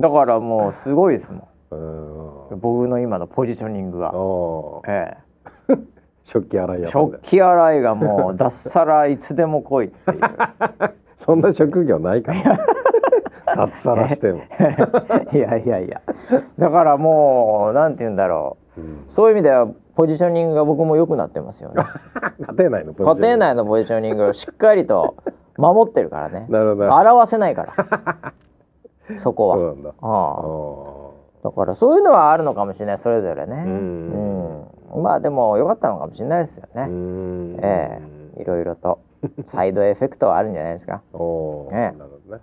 Speaker 1: だからもうすごいですも
Speaker 2: うんあ
Speaker 1: ん僕の今のポジショニングが、
Speaker 2: あ
Speaker 1: ええ
Speaker 2: 食器洗い屋さんで
Speaker 1: 食器洗いがもう脱サラいつでも来いっていう
Speaker 2: そんな職業ないから脱サラ
Speaker 1: (laughs)
Speaker 2: しても、
Speaker 1: (laughs) いやいやいやだからもうなんて言うんだろ
Speaker 2: う
Speaker 1: うんそういう意味ではポジショニングが僕も良くなってますよね
Speaker 2: 家庭内のポ
Speaker 1: 家
Speaker 2: ジショ
Speaker 1: 庭
Speaker 2: ン
Speaker 1: 内の (laughs) ポジショニングをしっかりと守ってるからね
Speaker 2: なるほど
Speaker 1: 表せないから
Speaker 2: (laughs)
Speaker 1: そこ
Speaker 2: そう
Speaker 1: は
Speaker 2: なんだあ
Speaker 1: あ
Speaker 2: ー
Speaker 1: あだからそういうのはあるのかもしれないそれぞれね
Speaker 2: うん
Speaker 1: うんまあでも良かったのかもしれないですよ
Speaker 2: う
Speaker 1: ね
Speaker 2: ん
Speaker 1: ええいろいろとサイドエフェクトはあるんじゃないですか
Speaker 2: おお、
Speaker 1: ええ
Speaker 2: なるほどね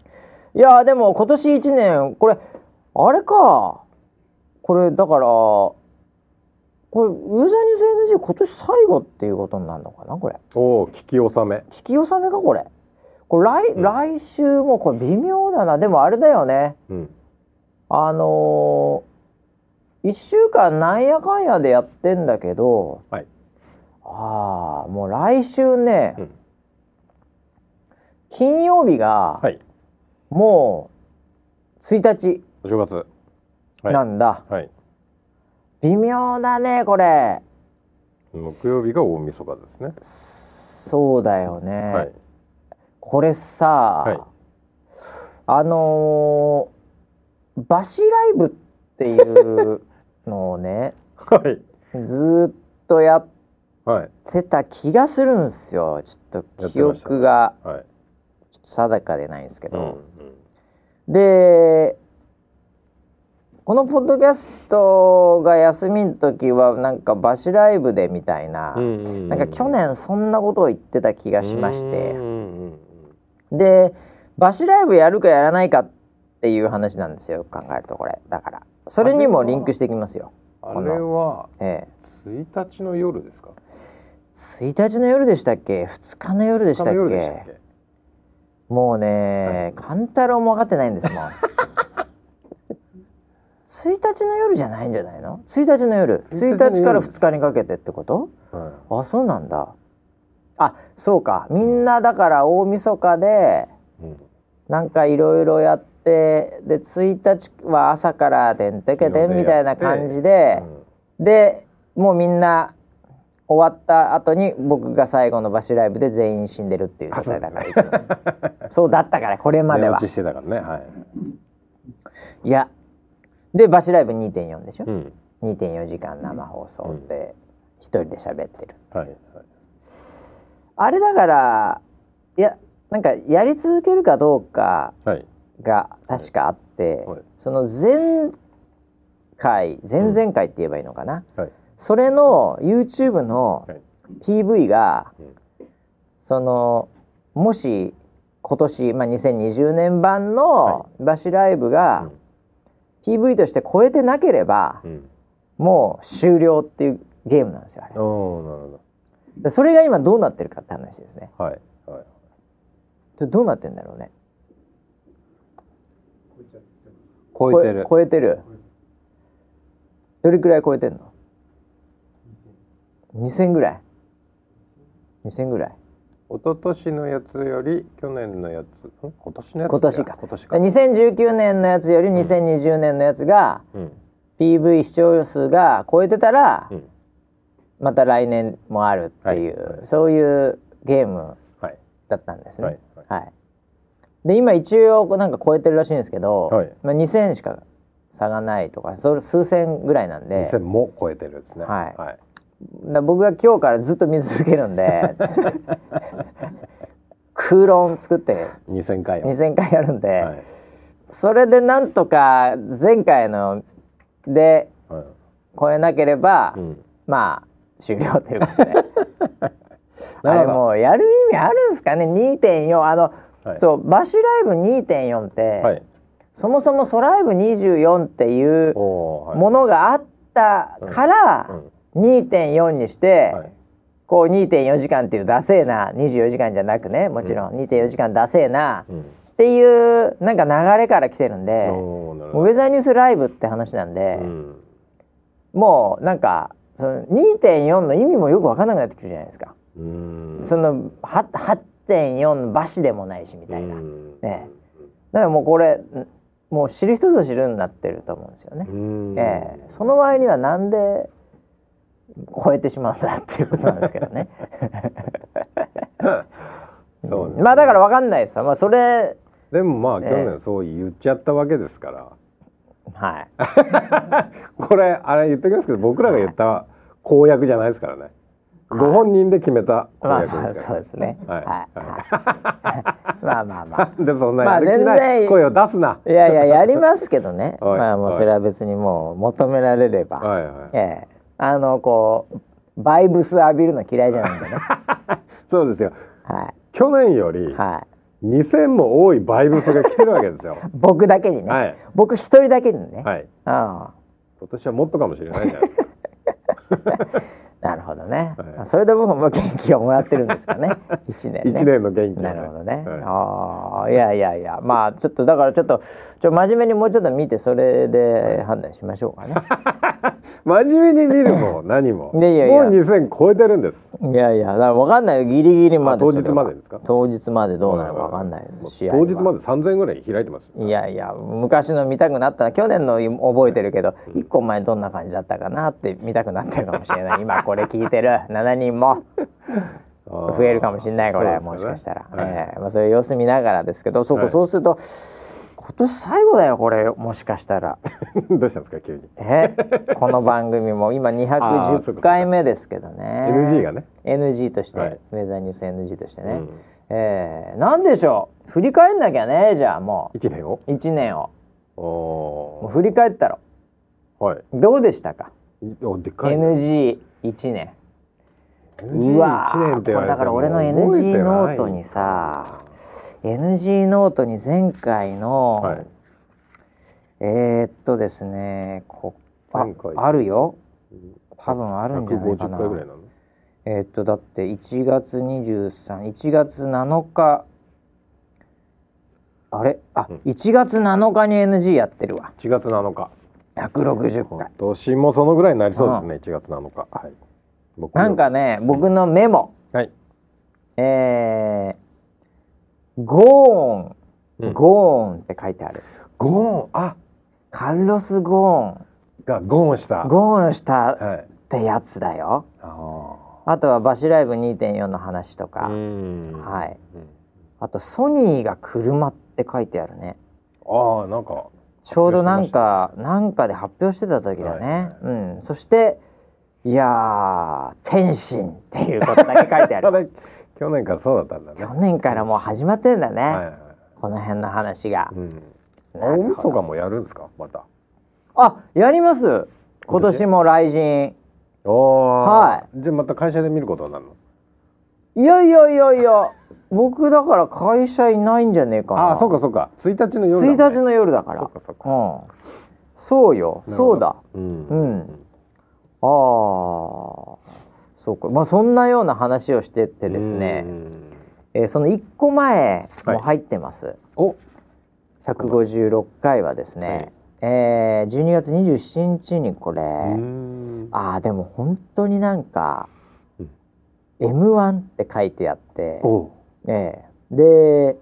Speaker 1: いやーでも今年1年これあれかこれだからこれウェザーニュース NG 今年最後っていうことになるのかなこれ
Speaker 2: おお聞き納め
Speaker 1: 聞き納めかこれこれ来,、
Speaker 2: うん
Speaker 1: 来週もこれ微妙だなでもあれだよね
Speaker 2: うん
Speaker 1: あのー、1週間なんやかんやでやってんだけど、
Speaker 2: はい
Speaker 1: ああもう来週ね、
Speaker 2: うん
Speaker 1: 金曜日が
Speaker 2: はい
Speaker 1: もう1日
Speaker 2: お正月はい
Speaker 1: なんだ、
Speaker 2: はい
Speaker 1: 微妙だねこれ
Speaker 2: 木曜日が大晦日ですね
Speaker 1: そうだよね、
Speaker 2: はい (laughs)
Speaker 1: これさ、
Speaker 2: はい
Speaker 1: あのーバシライブっていうのをね (laughs)
Speaker 2: はい
Speaker 1: ずーっとやっ
Speaker 2: はい
Speaker 1: てた気がするんですよちょっ
Speaker 2: や
Speaker 1: と
Speaker 2: って
Speaker 1: 記
Speaker 2: ました
Speaker 1: 憶が
Speaker 2: はい
Speaker 1: ちょっと定かでないんですけ
Speaker 2: う
Speaker 1: ど、
Speaker 2: ん
Speaker 1: でこのポッドキャストが休みの時はなんかバシライブでみたいな、
Speaker 2: うんうん
Speaker 1: なんか去年そんなことを言ってた気がしまして
Speaker 2: うん、うんうん
Speaker 1: でバシライブやるかやらないかっていう話なんですよよく考えるとこれだからそれにもリンクしてきますよ。
Speaker 2: あれは
Speaker 1: ええ
Speaker 2: 1日の夜ですか
Speaker 1: 1日の夜でしたっけ2日の夜でしたっ
Speaker 2: 二日の夜
Speaker 1: け
Speaker 2: でしたっけ
Speaker 1: もう
Speaker 2: は
Speaker 1: ね
Speaker 2: い
Speaker 1: 勘太郎も分かってないんですもん1日の夜じゃないんじゃないの1日の夜
Speaker 2: 1日の夜
Speaker 1: 1日から2日にかけてってこと
Speaker 2: うん
Speaker 1: あそうなんだあそうかみんなだから大晦日で
Speaker 2: うん
Speaker 1: なんかいろいろやってで1日は朝から「てんてけてん」みたいな感じで、でもうみんな終わった後に僕が最後のバシライブで全員死んでるっていう状態だからいつもそうだったからこれまで
Speaker 2: 寝
Speaker 1: は
Speaker 2: 落ちしてたからねはい
Speaker 1: いやでバシライブ2.4でしょ、
Speaker 2: うん
Speaker 1: 2.4時間生放送で一人で喋ってる、
Speaker 2: はいはい
Speaker 1: あれだからいやなんかやり続けるかどうか
Speaker 2: はい
Speaker 1: が確かあって、
Speaker 2: はい
Speaker 1: その前回前々回って言えばいいのかな、
Speaker 2: はい
Speaker 1: それの YouTube の
Speaker 2: はい
Speaker 1: PV が、
Speaker 2: うん
Speaker 1: そのもし今年、まあ、2020年版の
Speaker 2: は
Speaker 1: バシライブ
Speaker 2: う
Speaker 1: が
Speaker 2: ん
Speaker 1: PV として超えてなければ、
Speaker 2: うん
Speaker 1: もう終了っていうゲームなんですよあれ
Speaker 2: おおなるほ
Speaker 1: でそれが今どうなってるかって話ですね
Speaker 2: どはいはい
Speaker 1: ちょどうなってんだろうね
Speaker 2: 超えてる
Speaker 1: 超えてるどれくらい超えてんの2000ぐらい2000ぐらい
Speaker 2: 一昨年のやつより去年のやつん今年のやつ
Speaker 1: 今年か
Speaker 2: 今年か
Speaker 1: 2019年のやつより2020年のやつが
Speaker 2: うん、
Speaker 1: PV 視聴数が超えてたら
Speaker 2: うん、
Speaker 1: また来年もあるってい
Speaker 2: はいは
Speaker 1: う
Speaker 2: い
Speaker 1: そういうゲーム
Speaker 2: はい
Speaker 1: だったんです
Speaker 2: は
Speaker 1: ね
Speaker 2: いはい
Speaker 1: はいで今一応なんか超えてるらしいんですけど
Speaker 2: はい
Speaker 1: まあ2000しか差がないとかそれ数千ぐらいなんで
Speaker 2: 2000も超えてるですね
Speaker 1: はい
Speaker 2: はい
Speaker 1: だ僕が今日からずっと見続けるん
Speaker 2: (laughs)
Speaker 1: で空論作って
Speaker 2: 2000回を
Speaker 1: 2,000回やるんで、
Speaker 2: はい
Speaker 1: それでなんとか前回ので
Speaker 2: はい
Speaker 1: 超えなければ、
Speaker 2: うん
Speaker 1: まあ終了ということであ
Speaker 2: な
Speaker 1: れ
Speaker 2: るほど
Speaker 1: もうやる意味あるんですかね2.4あの、
Speaker 2: はい
Speaker 1: そうバシライブ2.4って、
Speaker 2: はい
Speaker 1: そもそもソライブ24っていう
Speaker 2: おおはい
Speaker 1: ものがあったから、2.4にして、
Speaker 2: はい
Speaker 1: こう2.4時間っていうダセーな24時間じゃなくねもちろん2.4時間ダセーな
Speaker 2: うん
Speaker 1: っていうなんか流れから来てるんで、
Speaker 2: おおなる
Speaker 1: も
Speaker 2: ほ
Speaker 1: う
Speaker 2: ど
Speaker 1: ウェザーニュースライブって話なんで、
Speaker 2: うん
Speaker 1: もうなんかその2.4の意味もよく分かんなくなってくるじゃないですか。
Speaker 2: うん
Speaker 1: そのは8.4の馬しでもないしみたいな、だねからもうこれんもう知る人ぞ知るになってると思うんですよね
Speaker 2: う。ん
Speaker 1: ええその場合にはなんで超えてしまうんだっていうことなんですけどね。
Speaker 2: (laughs) そうですね
Speaker 1: まあだからわかんないですよ。まあそれ
Speaker 2: でもまあ
Speaker 1: ええ
Speaker 2: 去年そう言っちゃったわけですから
Speaker 1: はい。
Speaker 2: これあれ言ってきますけど僕らが言った公約じゃないですからね
Speaker 1: はい
Speaker 2: ご本人で決めた公
Speaker 1: まあ
Speaker 2: 約
Speaker 1: まあ
Speaker 2: です
Speaker 1: そ
Speaker 2: か
Speaker 1: うですね。
Speaker 2: はい
Speaker 1: はい。 (laughs) まあまあま
Speaker 2: ら
Speaker 1: あ。
Speaker 2: (laughs) なんでそんな
Speaker 1: まあ
Speaker 2: やる気
Speaker 1: 全
Speaker 2: な
Speaker 1: 然
Speaker 2: い声を出すない
Speaker 1: やいややりますけどね。
Speaker 2: (laughs) はい
Speaker 1: まあもうそれは別にもう求められれば、
Speaker 2: はいはい
Speaker 1: ええあのこうバイブス浴びるの嫌いじゃないんで
Speaker 2: (laughs)
Speaker 1: ね。
Speaker 2: そうですよ
Speaker 1: は
Speaker 2: 去年より
Speaker 1: いはい。
Speaker 2: 2000も多いバイブスが来てるわけですよ (laughs)
Speaker 1: 僕だけにね。
Speaker 2: はい
Speaker 1: 僕一人だけにね。
Speaker 2: はい
Speaker 1: ああ
Speaker 2: 今年はもっとかもしれないじゃな
Speaker 1: (laughs)
Speaker 2: いですか
Speaker 1: なるほどね。
Speaker 2: はい
Speaker 1: それで僕も元気をもらってるんですか
Speaker 2: (laughs)
Speaker 1: ね。一年ね。
Speaker 2: 一年の元気をね
Speaker 1: なるほどね。
Speaker 2: はい
Speaker 1: ああ、いやいやいや、まあ、ちょっとだから、ちょっと、ちょ、真面目にもうちょっと見て、それで判断しましょう
Speaker 2: (laughs)
Speaker 1: かね。
Speaker 2: 真面目に見
Speaker 1: (laughs)
Speaker 2: るも何も
Speaker 1: いやいやいや
Speaker 2: もう2000超えてるんです
Speaker 1: いやいや、だから、わかんないよ、ギリギリまで。
Speaker 2: あ当日までですか
Speaker 1: 当日までどうなるかわかんないですし。
Speaker 2: 当日ま
Speaker 1: で。
Speaker 2: で3000ぐらい開いてます
Speaker 1: いやいや昔の見たくなったな去年の覚えてるけど一個前どんな感じだったかなって見たくなってるかもしれない今これ聞いてる7人も増
Speaker 2: 増
Speaker 1: えるかもしれないこれ、もしかしたら、ええまあ、そういう様子見ながらですけどそうか、
Speaker 2: はい
Speaker 1: そうすると今年最後だよこれもしかしたら
Speaker 2: (laughs) どうしたんですか急に
Speaker 1: え
Speaker 2: (laughs)
Speaker 1: この番組も今
Speaker 2: あーそうかそ
Speaker 1: 210
Speaker 2: うか
Speaker 1: 回目ですけどね
Speaker 2: NG がね
Speaker 1: NG として、
Speaker 2: はい
Speaker 1: ウェザーニュース NG としてね、
Speaker 2: うん
Speaker 1: ええなんでしょう振り返んなきゃねじゃあも
Speaker 2: 一年を
Speaker 1: う1年をもう
Speaker 2: お
Speaker 1: 振り返ったろ
Speaker 2: ーはい
Speaker 1: どうでしたか、
Speaker 2: おでっかいね
Speaker 1: NG1 年
Speaker 2: NG
Speaker 1: うわー
Speaker 2: 一年って言
Speaker 1: こ
Speaker 2: われても
Speaker 1: れだから俺の NG ノートにさ NG ノートに前回の、
Speaker 2: はい
Speaker 1: えー、っとですねこあ
Speaker 2: 前回
Speaker 1: あるよ多分あるんじゃないかな
Speaker 2: 150回ぐらいなの
Speaker 1: えー、っとだって1月231月7日あれあ、
Speaker 2: うん
Speaker 1: 1月7日に NG やってるわ
Speaker 2: 1月7日
Speaker 1: 160
Speaker 2: 今
Speaker 1: 回
Speaker 2: 年もそのぐらいになりそうですね1月7日はい僕
Speaker 1: なんかね僕のメモ
Speaker 2: はい
Speaker 1: えー、ゴー
Speaker 2: う
Speaker 1: ン
Speaker 2: ん
Speaker 1: ゴーンって書いてある、
Speaker 2: ゴーンあ
Speaker 1: カルロス・ゴ
Speaker 2: がゴーンした
Speaker 1: ーンゴーンしたっ
Speaker 2: はい
Speaker 1: てやつだよ
Speaker 2: あ
Speaker 1: あとはバシライブ2.4の話と
Speaker 2: あ
Speaker 1: か、はいいあとソニーが車って書いてあるね
Speaker 2: ああなんか
Speaker 1: ちょうどなんかなんかで発表してた時だね、
Speaker 2: はいはい
Speaker 1: うんそしていやー天心っていうことだけ書いてあ
Speaker 2: (laughs) あ
Speaker 1: る
Speaker 2: れ去年からそうだったんだね
Speaker 1: 去年からもう始まってんだね、
Speaker 2: はいはいは
Speaker 1: この辺の話が
Speaker 2: いうん
Speaker 1: なるほ
Speaker 2: 大
Speaker 1: ど
Speaker 2: 晦日もやるんですかまた
Speaker 1: あやります今
Speaker 2: 今
Speaker 1: 年
Speaker 2: 年
Speaker 1: も来
Speaker 2: おお
Speaker 1: はい
Speaker 2: じゃあまた会社で見ることになるの
Speaker 1: 神いやいやいやいや僕だから会社いないんじゃねえかな
Speaker 2: ああそうかそうか1日の夜だもんね
Speaker 1: 1日の夜だから
Speaker 2: そうかそうか
Speaker 1: うん、そうよ
Speaker 2: なるほど
Speaker 1: そうだあ
Speaker 2: うん
Speaker 1: うんあーそうかまあそんなような話をしてってですね
Speaker 2: う、ん
Speaker 1: えーその1個前も入ってます、
Speaker 2: お
Speaker 1: 156回はですね、えー12月27日にこれ、
Speaker 2: うん
Speaker 1: あーでも本当になんか
Speaker 2: うん
Speaker 1: 「M‐1」って書いてあって、
Speaker 2: お
Speaker 1: ええで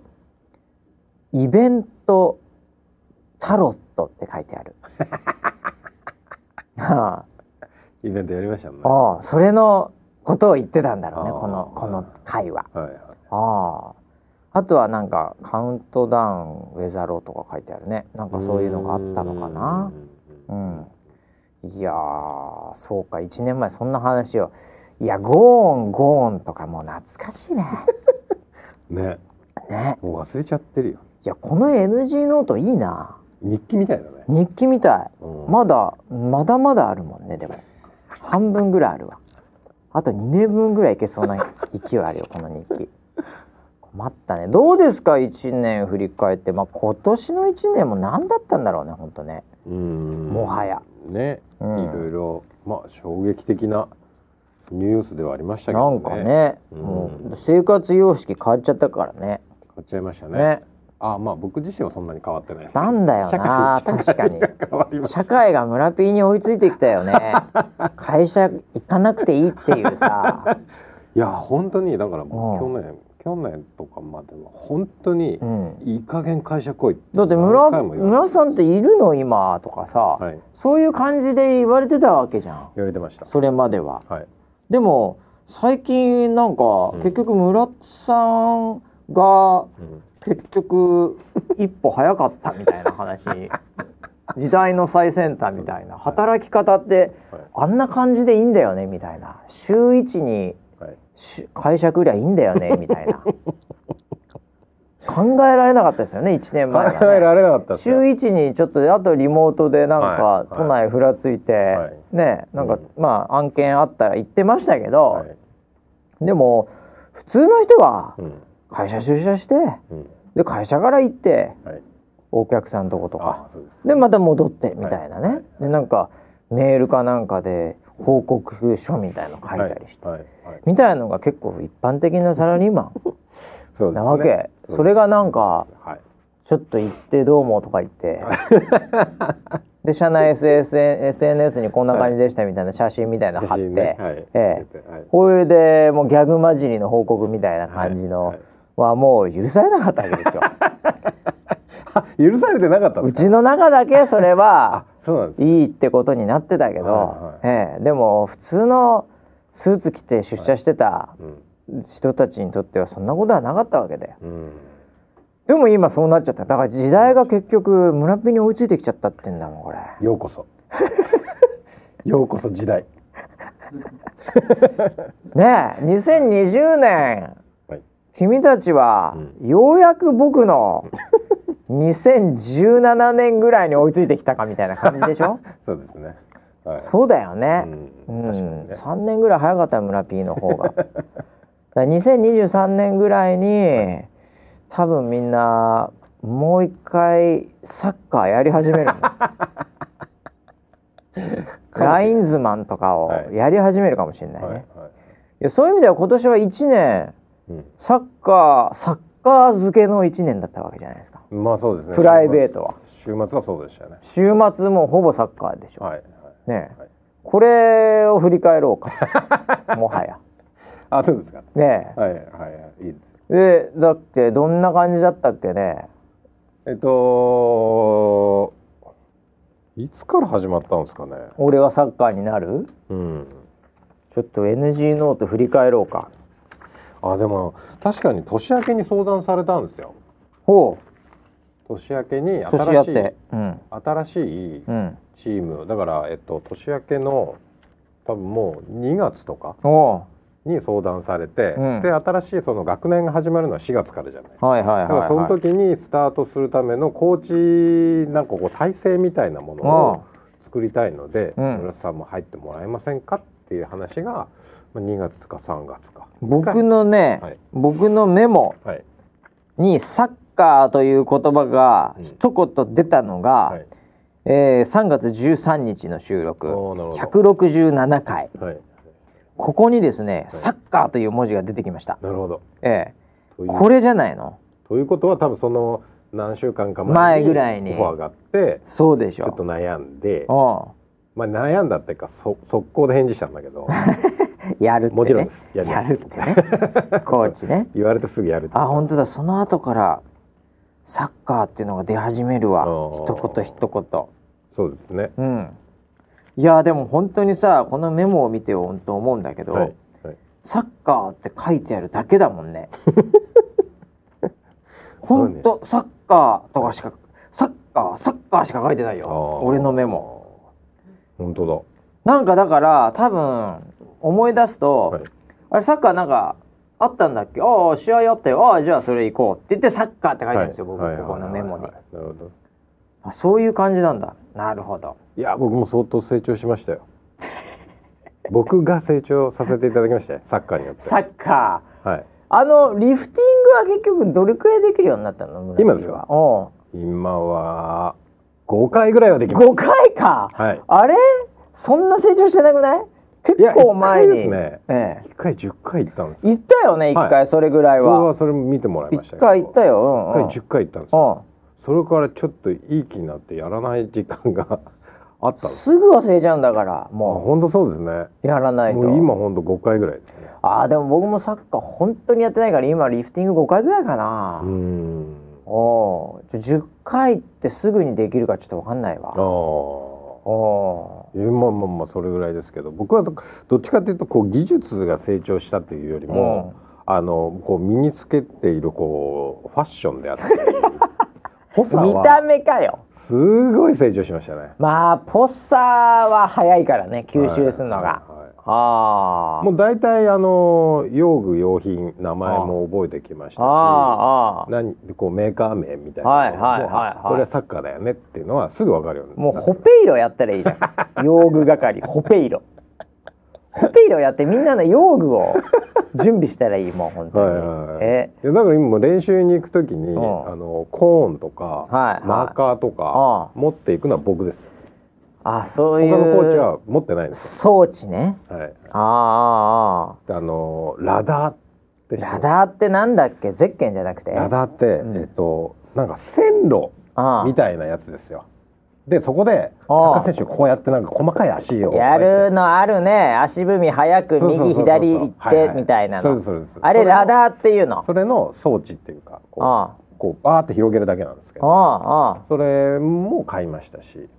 Speaker 1: 「イベントタロット」って書いてあ
Speaker 2: (laughs)
Speaker 1: る。は
Speaker 2: イベントやりましたもん
Speaker 1: あ、
Speaker 2: ね
Speaker 1: ああそれのことを言ってたんだろうね
Speaker 2: ああ
Speaker 1: このこの回は。
Speaker 2: はいは
Speaker 1: あああとはなんか「カウントダウンウェザロー」とか書いてあるねなんか
Speaker 2: い
Speaker 1: そういうのがあったのかな。
Speaker 2: うん
Speaker 1: うんいやーそうか1年前そんな話をいやゴーンゴーンとかもう懐かしいね (laughs)
Speaker 2: ね
Speaker 1: ね
Speaker 2: もう忘れちゃってるよ
Speaker 1: いやこの NG ノートいいな
Speaker 2: 日記みたいだね
Speaker 1: 日記みたい
Speaker 2: うん
Speaker 1: まだまだまだあるもんねでも半分ぐらいあるわあと2年分ぐらいいけそうな勢いあるよこの日記困ったねどうですか1年振り返ってまあ今年の1年も何だったんだろうねほんとね
Speaker 2: うん
Speaker 1: もはや
Speaker 2: ねい
Speaker 1: うん
Speaker 2: ろいろまあ衝撃的なニュースではありましたけ
Speaker 1: な
Speaker 2: ど
Speaker 1: んかね、
Speaker 2: うん
Speaker 1: もう生活様式変わっちゃったからね
Speaker 2: 買っちゃいましたね
Speaker 1: ね
Speaker 2: あまあ僕自身はそんなに変わってないです
Speaker 1: なんだよな確かに
Speaker 2: 変わりました
Speaker 1: 社会が村ピーに追いついてきた
Speaker 2: (laughs)
Speaker 1: よね会社行かなくていいっていう
Speaker 2: (laughs)
Speaker 1: さ、
Speaker 2: いや本当にだからもう
Speaker 1: う
Speaker 2: 去年去年とかまでは本当に
Speaker 1: うん、
Speaker 2: いい加減会社来いって
Speaker 1: だって
Speaker 2: 何
Speaker 1: 村
Speaker 2: 回も言われ
Speaker 1: 村さんっているの今とかさ、
Speaker 2: はい
Speaker 1: そういう感じで言われてたわけじゃん
Speaker 2: 言われてました
Speaker 1: それまでは
Speaker 2: はい
Speaker 1: でも最近なんか、
Speaker 2: うん
Speaker 1: 結局村さんが
Speaker 2: うん
Speaker 1: 結局一歩早かったみたいな話
Speaker 2: (laughs)
Speaker 1: 時代の最先端みたいな
Speaker 2: そうです
Speaker 1: 働き方って
Speaker 2: はい
Speaker 1: あんな感じでいいんだよねみたいな週1に
Speaker 2: はい
Speaker 1: し解釈りゃいいんだよ
Speaker 2: (laughs)
Speaker 1: ねみたいな考えられなかったですよね1年前は、ね、
Speaker 2: 考えられなかったです
Speaker 1: 週
Speaker 2: よ
Speaker 1: 1にちょっとあとリモートでなん
Speaker 2: は
Speaker 1: か
Speaker 2: いは
Speaker 1: 都
Speaker 2: い
Speaker 1: 内ふらついて、
Speaker 2: はい
Speaker 1: ねなんか、
Speaker 2: うん
Speaker 1: まあ案件あったら行ってましたけど、
Speaker 2: はい
Speaker 1: でも普通の人は
Speaker 2: うん
Speaker 1: 会社出社して
Speaker 2: うん
Speaker 1: で会社から行って
Speaker 2: はい
Speaker 1: お客さんのとことか
Speaker 2: あそうです
Speaker 1: でまた戻ってみたいなね、
Speaker 2: はいはい
Speaker 1: でなんかメールかなんかで報告書みたいの書いたりして、
Speaker 2: はいはいはい
Speaker 1: みたいのが結構一般的なサラリーマ
Speaker 2: そう
Speaker 1: ン
Speaker 2: で
Speaker 1: な
Speaker 2: すね
Speaker 1: わけ、
Speaker 2: うです
Speaker 1: それがなんか
Speaker 2: はい
Speaker 1: ちょっと行ってどうもとか言って。で社内 SSN SNS にこんな感じでしたみたいな写真みたいなの貼
Speaker 2: 写
Speaker 1: って、
Speaker 2: 真ねはい
Speaker 1: ええ
Speaker 2: つけてはい
Speaker 1: これでもうギャグ混じりの報告みたいな感じの
Speaker 2: はい
Speaker 1: はもう許されなかったわけですよ。
Speaker 2: あ (laughs) 許されてなかったん
Speaker 1: う
Speaker 2: ですか
Speaker 1: ちの中だけそれ
Speaker 2: (laughs)
Speaker 1: は
Speaker 2: そうなんです
Speaker 1: いいってことになってたけど、
Speaker 2: はい
Speaker 1: ええでも普通のスーツ着て出社してた
Speaker 2: うん
Speaker 1: 人たちにとってはそんなことはなかったわけで
Speaker 2: うん
Speaker 1: でも今そうなっちゃっただから時代が結局村ピに追いついてきちゃったってんだもんこれ
Speaker 2: よう
Speaker 1: (laughs)
Speaker 2: こそようこそ時代
Speaker 1: ねえ2020年
Speaker 2: はい
Speaker 1: 君たちは、ようやく僕
Speaker 2: (laughs)
Speaker 1: の2017年ぐらいに追いついてきたかみたいな感じでし
Speaker 2: (laughs)
Speaker 1: ょ
Speaker 2: そうですね。はい。
Speaker 1: そうだよね、
Speaker 2: う
Speaker 1: うん
Speaker 2: ん、確かにね。
Speaker 1: 3年ぐらい早かったよ村 P の
Speaker 2: (laughs)
Speaker 1: 方がだから2023年ぐらいに多分みんなもう一回サッカーやり始める
Speaker 2: (laughs)
Speaker 1: のラインズマンとかを
Speaker 2: はい
Speaker 1: やり始めるかもしれないね、
Speaker 2: はい
Speaker 1: い
Speaker 2: はい。
Speaker 1: やそういう意味では今年は1年
Speaker 2: う
Speaker 1: サッカーサッカー漬けの1年だったわけじゃないですか
Speaker 2: ん。まあそうですね。
Speaker 1: プライベートは
Speaker 2: 週末。週末はそうでしたね。
Speaker 1: 週末もうほぼサッカーでしょ、
Speaker 2: はいはい。
Speaker 1: ねえ
Speaker 2: はい
Speaker 1: これを振り返ろう
Speaker 2: (laughs)
Speaker 1: かもはや
Speaker 2: あ、そうですか。
Speaker 1: ねえ
Speaker 2: はいはいはい。いいですよ。
Speaker 1: でだってどんな感じだったっけね
Speaker 2: えっといつから始まったんですかね。
Speaker 1: 俺はサッカーになる
Speaker 2: うん。
Speaker 1: ちょっと NG ノート振り返ろうか
Speaker 2: あ、でも確かに年明けに相談されたんですよ。
Speaker 1: ほ
Speaker 2: 年明けに
Speaker 1: う年や
Speaker 2: 新
Speaker 1: っ
Speaker 2: しい
Speaker 1: てうん
Speaker 2: 新しい
Speaker 1: うん
Speaker 2: チームだからえっと年明けの多分もう2月とか
Speaker 1: お
Speaker 2: に相談されて、
Speaker 1: うん
Speaker 2: で新しいその学年が始まるのは4月からじゃない。
Speaker 1: うはいはいはい
Speaker 2: だからその
Speaker 1: はい
Speaker 2: 時にスタートするためのコーチなんかこう体制みたいなものを作りたいので
Speaker 1: うん
Speaker 2: 村瀬さんも入ってもらえませんかっていう話がまあ2月か3月か。
Speaker 1: 僕のね、
Speaker 2: はい
Speaker 1: 僕のメモ
Speaker 2: はい
Speaker 1: にサッカーという言葉が
Speaker 2: うん
Speaker 1: 一言出たのが、
Speaker 2: はい、
Speaker 1: えー3月13日の収録
Speaker 2: おーなるほど
Speaker 1: 167回
Speaker 2: はい、
Speaker 1: ここにですね、サッカーという文字が出てきました。
Speaker 2: なるほど
Speaker 1: え
Speaker 2: と
Speaker 1: え、
Speaker 2: いう
Speaker 1: これじゃないの。
Speaker 2: ということは多分その何週間か
Speaker 1: 前
Speaker 2: 前
Speaker 1: ぐらいに
Speaker 2: にオファーがあって
Speaker 1: そうでし
Speaker 2: ちょっと
Speaker 1: ょ。
Speaker 2: 悩んで、
Speaker 1: う
Speaker 2: まあ、悩んだっていうかそ速攻で返事したんだけ
Speaker 1: (laughs) ん、
Speaker 2: ど
Speaker 1: やるって、ね。
Speaker 2: もちろんですやり
Speaker 1: や
Speaker 2: ま
Speaker 1: るっ
Speaker 2: す
Speaker 1: てね。 (laughs) コーチね。
Speaker 2: 言われてすぐやるって
Speaker 1: あ、本当だ。その後からサッカーっていうのが出始めるわ。
Speaker 2: あー
Speaker 1: 一言一
Speaker 2: そうですね、
Speaker 1: 言。うん。いやでも本当にさこのメモを見て本当思うんだけど、
Speaker 2: はいはい、
Speaker 1: サッカーって書いてあるだけだもん
Speaker 2: (laughs)
Speaker 1: ね。本当サッカーとかしかサッカーサッカーしか書いてない
Speaker 2: あー
Speaker 1: よ。俺のメモ。
Speaker 2: 本当だ
Speaker 1: なんかだから多分思い出すと、
Speaker 2: はい
Speaker 1: あれサッカーなんかあったんだっけああ試合あったよああじゃあそれ行こうって言ってサッカーって書いてあるんですよ、
Speaker 2: は
Speaker 1: 僕
Speaker 2: い
Speaker 1: ここのメモに、
Speaker 2: はいはいはいなるほど
Speaker 1: あそういう感じなんだなるほど
Speaker 2: いや僕も相当成長しましたよ (laughs) 僕が成長させていただきましたよサッカーによって
Speaker 1: サッカ
Speaker 2: はい
Speaker 1: ーあのリフティングは結局どれくらいできるようになったの村木は
Speaker 2: 今ですか
Speaker 1: お
Speaker 2: 今は5回ぐらいはでき
Speaker 1: う
Speaker 2: ます
Speaker 1: 5回か、
Speaker 2: はい
Speaker 1: あれそんな成長してなくない結
Speaker 2: いや
Speaker 1: 構前に
Speaker 2: 一回ですね
Speaker 1: ええ
Speaker 2: 1回10回行ったんですよ
Speaker 1: 行ったよね一
Speaker 2: は
Speaker 1: 回それぐらい
Speaker 2: 僕
Speaker 1: は、
Speaker 2: はそれも見てもらい
Speaker 1: 一
Speaker 2: ましたけど
Speaker 1: 回行ったよ、うんうん、
Speaker 2: 1回10回行ったんですよ
Speaker 1: うん
Speaker 2: それからちょっといい気になってやらない時間が (laughs) あったんです。
Speaker 1: すぐ忘れちゃうんだから
Speaker 2: あ、
Speaker 1: も
Speaker 2: 本当そうですね。
Speaker 1: うやらない
Speaker 2: も
Speaker 1: と
Speaker 2: う今本当5回ぐらいですね。
Speaker 1: ああでも僕もサッカー本当にやってないから今リフティング5回ぐらいかな
Speaker 2: うー、ん。
Speaker 1: おーちょ10回ってすぐにできるかちょっと分かんないわ
Speaker 2: ああ。
Speaker 1: お
Speaker 2: えまあまあまあそれぐらいですけど、僕はどどっちかというとこう技術が成長したというより
Speaker 1: ー
Speaker 2: も、あのこう身につけているこうファッションであ
Speaker 1: (laughs)
Speaker 2: ったり、ポサ
Speaker 1: うん見た
Speaker 2: は
Speaker 1: 目かよ
Speaker 2: すごい成長しましたね。
Speaker 1: まあポッサーは早いからね吸収するのが、
Speaker 2: はいはいはい
Speaker 1: あー
Speaker 2: もう大体あの用具用品名前も覚えてきましたし。
Speaker 1: あーあー
Speaker 2: 何こうメーカー名みたいな
Speaker 1: はい
Speaker 2: の
Speaker 1: はいはい
Speaker 2: もう
Speaker 1: はい
Speaker 2: あこれはサッカーだよねっていうのはすぐわかるように
Speaker 1: もう
Speaker 2: なる
Speaker 1: ホペイロやったらいいじゃ
Speaker 2: (laughs)
Speaker 1: ん用具係ホペイロホペイロやってみんなの用具を準備したらいいもう本当に、
Speaker 2: はいはいはい
Speaker 1: え
Speaker 2: いやだから今もう練習に行くときに、
Speaker 1: ん
Speaker 2: あのコーンとか、
Speaker 1: いはい
Speaker 2: マーカーとか、持っていくのは僕です
Speaker 1: あそう
Speaker 2: 他
Speaker 1: いう
Speaker 2: のコーチは持ってないんです
Speaker 1: 装置ね
Speaker 2: よ、はい、
Speaker 1: あああ
Speaker 2: あのラダーって知って
Speaker 1: あ
Speaker 2: ま
Speaker 1: ラ
Speaker 2: す
Speaker 1: ダーってなんだっけゼッケンじゃなくて
Speaker 2: ラダーって、
Speaker 1: ん
Speaker 2: えっとなんか線路
Speaker 1: ああ
Speaker 2: みたいなやつですよでそこでサ
Speaker 1: あ
Speaker 2: ッ
Speaker 1: あ
Speaker 2: カー選手こうやってなんか細かい足を
Speaker 1: やるのあるね足踏み早く
Speaker 2: そうそうそう
Speaker 1: 右
Speaker 2: そう
Speaker 1: 左行っ
Speaker 2: はい
Speaker 1: て
Speaker 2: はい
Speaker 1: みたいな
Speaker 2: そうで
Speaker 1: の
Speaker 2: すそうです
Speaker 1: あれラダーっていうのあ
Speaker 2: それの装置っていうかこう
Speaker 1: あ
Speaker 2: こうバーって広げるだけなんですけ
Speaker 1: あ
Speaker 2: ど
Speaker 1: ああ
Speaker 2: それも買いまし
Speaker 1: (laughs)
Speaker 2: たし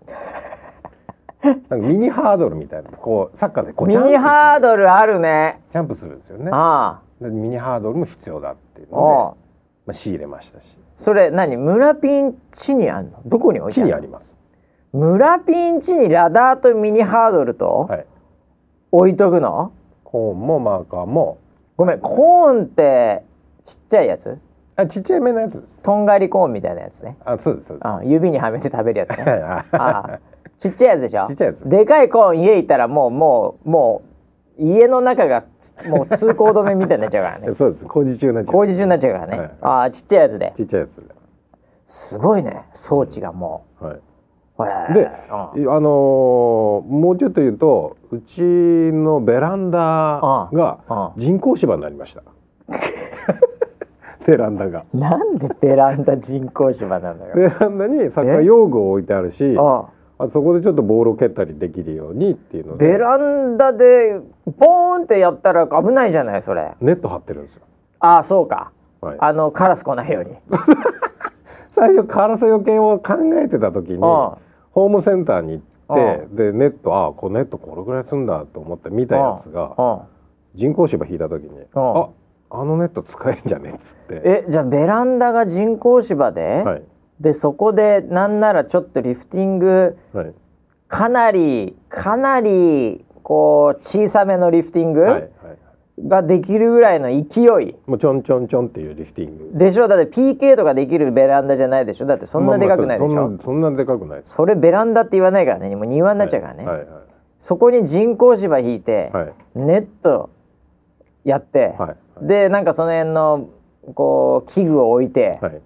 Speaker 2: なんかミニハードルみたいなこうサッカーでこう
Speaker 1: ミ
Speaker 2: ジャンプ
Speaker 1: ニハードルあるね
Speaker 2: ジャンプするんですよね
Speaker 1: あ
Speaker 2: でミニハードルも必要だっていう
Speaker 1: あああ
Speaker 2: ので、まあ、仕入れましたし
Speaker 1: それ何村ピン地にあるのどこに置いて
Speaker 2: 地
Speaker 1: あるの
Speaker 2: にあります、
Speaker 1: 村ピン地にラダーとミニハードルと
Speaker 2: はい、
Speaker 1: 置いとくの
Speaker 2: コーンもマーカーも
Speaker 1: ごめんコーンってちっちゃいやつ
Speaker 2: あちっちゃい目のやつです
Speaker 1: とんがりコーンみたいなやつね
Speaker 2: あそうですそうです
Speaker 1: あ指にはめて食べるやつね
Speaker 2: (laughs)
Speaker 1: あ
Speaker 2: あ
Speaker 1: ちっちゃいやつでしょ
Speaker 2: ちっちゃいやつ
Speaker 1: でかいコーン家行ったらもうもうもう家の中がつもう通行止めみたいになっちゃうからね
Speaker 2: (laughs) そうです工事中になっちゃう
Speaker 1: 工事中になっちゃうからね、
Speaker 2: はい
Speaker 1: ああちっちゃいやつで
Speaker 2: ちっちゃいやつ
Speaker 1: すごいね装置がも、
Speaker 2: はいう
Speaker 1: へえ
Speaker 2: で
Speaker 1: うん
Speaker 2: あのーもうちょっと言うとうちのベランダ
Speaker 1: うん
Speaker 2: が人工芝になりました (laughs) ベランダが
Speaker 1: なんでベランダ人工芝なんだよ
Speaker 2: ベランダにサッカー用具を置いてあるし
Speaker 1: あ
Speaker 2: あそこでちょっとボールを蹴ったりできるようにっていうので
Speaker 1: ベランダでポーンってやったら危ないじゃないそれ
Speaker 2: ネット張ってるんですよ、
Speaker 1: ああそうか
Speaker 2: はい、
Speaker 1: あのカラス来ないように
Speaker 2: 最初カラスよけを考えてた時に
Speaker 1: ああ
Speaker 2: ホームセンターに行ってでネットああこうネットこれぐらいすんだと思って見たやつが
Speaker 1: うんうん
Speaker 2: 人工芝引いた時に「
Speaker 1: あ
Speaker 2: ああのネット使えんじゃねえ」っつって
Speaker 1: えじゃあベランダが人工芝で、
Speaker 2: はい
Speaker 1: でそこでなんならちょっとリフティング
Speaker 2: はい
Speaker 1: かなりかなりこう小さめのリフティン
Speaker 2: はいはい
Speaker 1: グができるぐらいの勢い
Speaker 2: もうちょんちょんちょんっていうリフティング
Speaker 1: でしょだって PK とかできるベランダじゃないでしょだってそんなでかくないでしょ、
Speaker 2: まあまあそんなそんなでかくないです
Speaker 1: それベランダって言わないからねもう庭になっちゃうからね、
Speaker 2: はいはいはい
Speaker 1: そこに人工芝引いて、
Speaker 2: はい
Speaker 1: ネットやって、
Speaker 2: はい
Speaker 1: でなんかその辺のこう器具を置いて、
Speaker 2: はい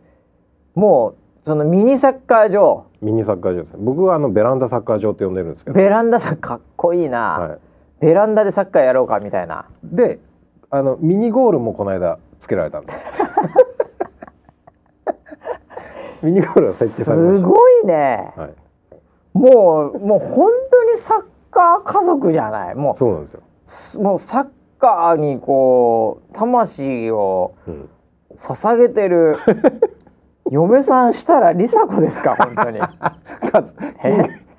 Speaker 1: もうそのミニサッカー場
Speaker 2: ミニサッカー場ですね僕はあのベランダサッカー場って呼んでるんですけど
Speaker 1: ベランダさかっこいいな、
Speaker 2: はい
Speaker 1: ベランダでサッカーやろうかみたいな
Speaker 2: であのミニゴールもこの間つけられたん
Speaker 1: (laughs)
Speaker 2: ですよミニゴールが設
Speaker 1: す
Speaker 2: 置されまし
Speaker 1: ごいね
Speaker 2: た、はい、
Speaker 1: もうもう本当にサッカー家族じゃないも
Speaker 2: そうなんですよ、
Speaker 1: うすもうサッカーにこう魂を
Speaker 2: うん、
Speaker 1: 捧げて
Speaker 2: (laughs)
Speaker 1: る嫁さんしたら梨紗子ですか本
Speaker 2: (laughs)
Speaker 1: 当に
Speaker 2: 数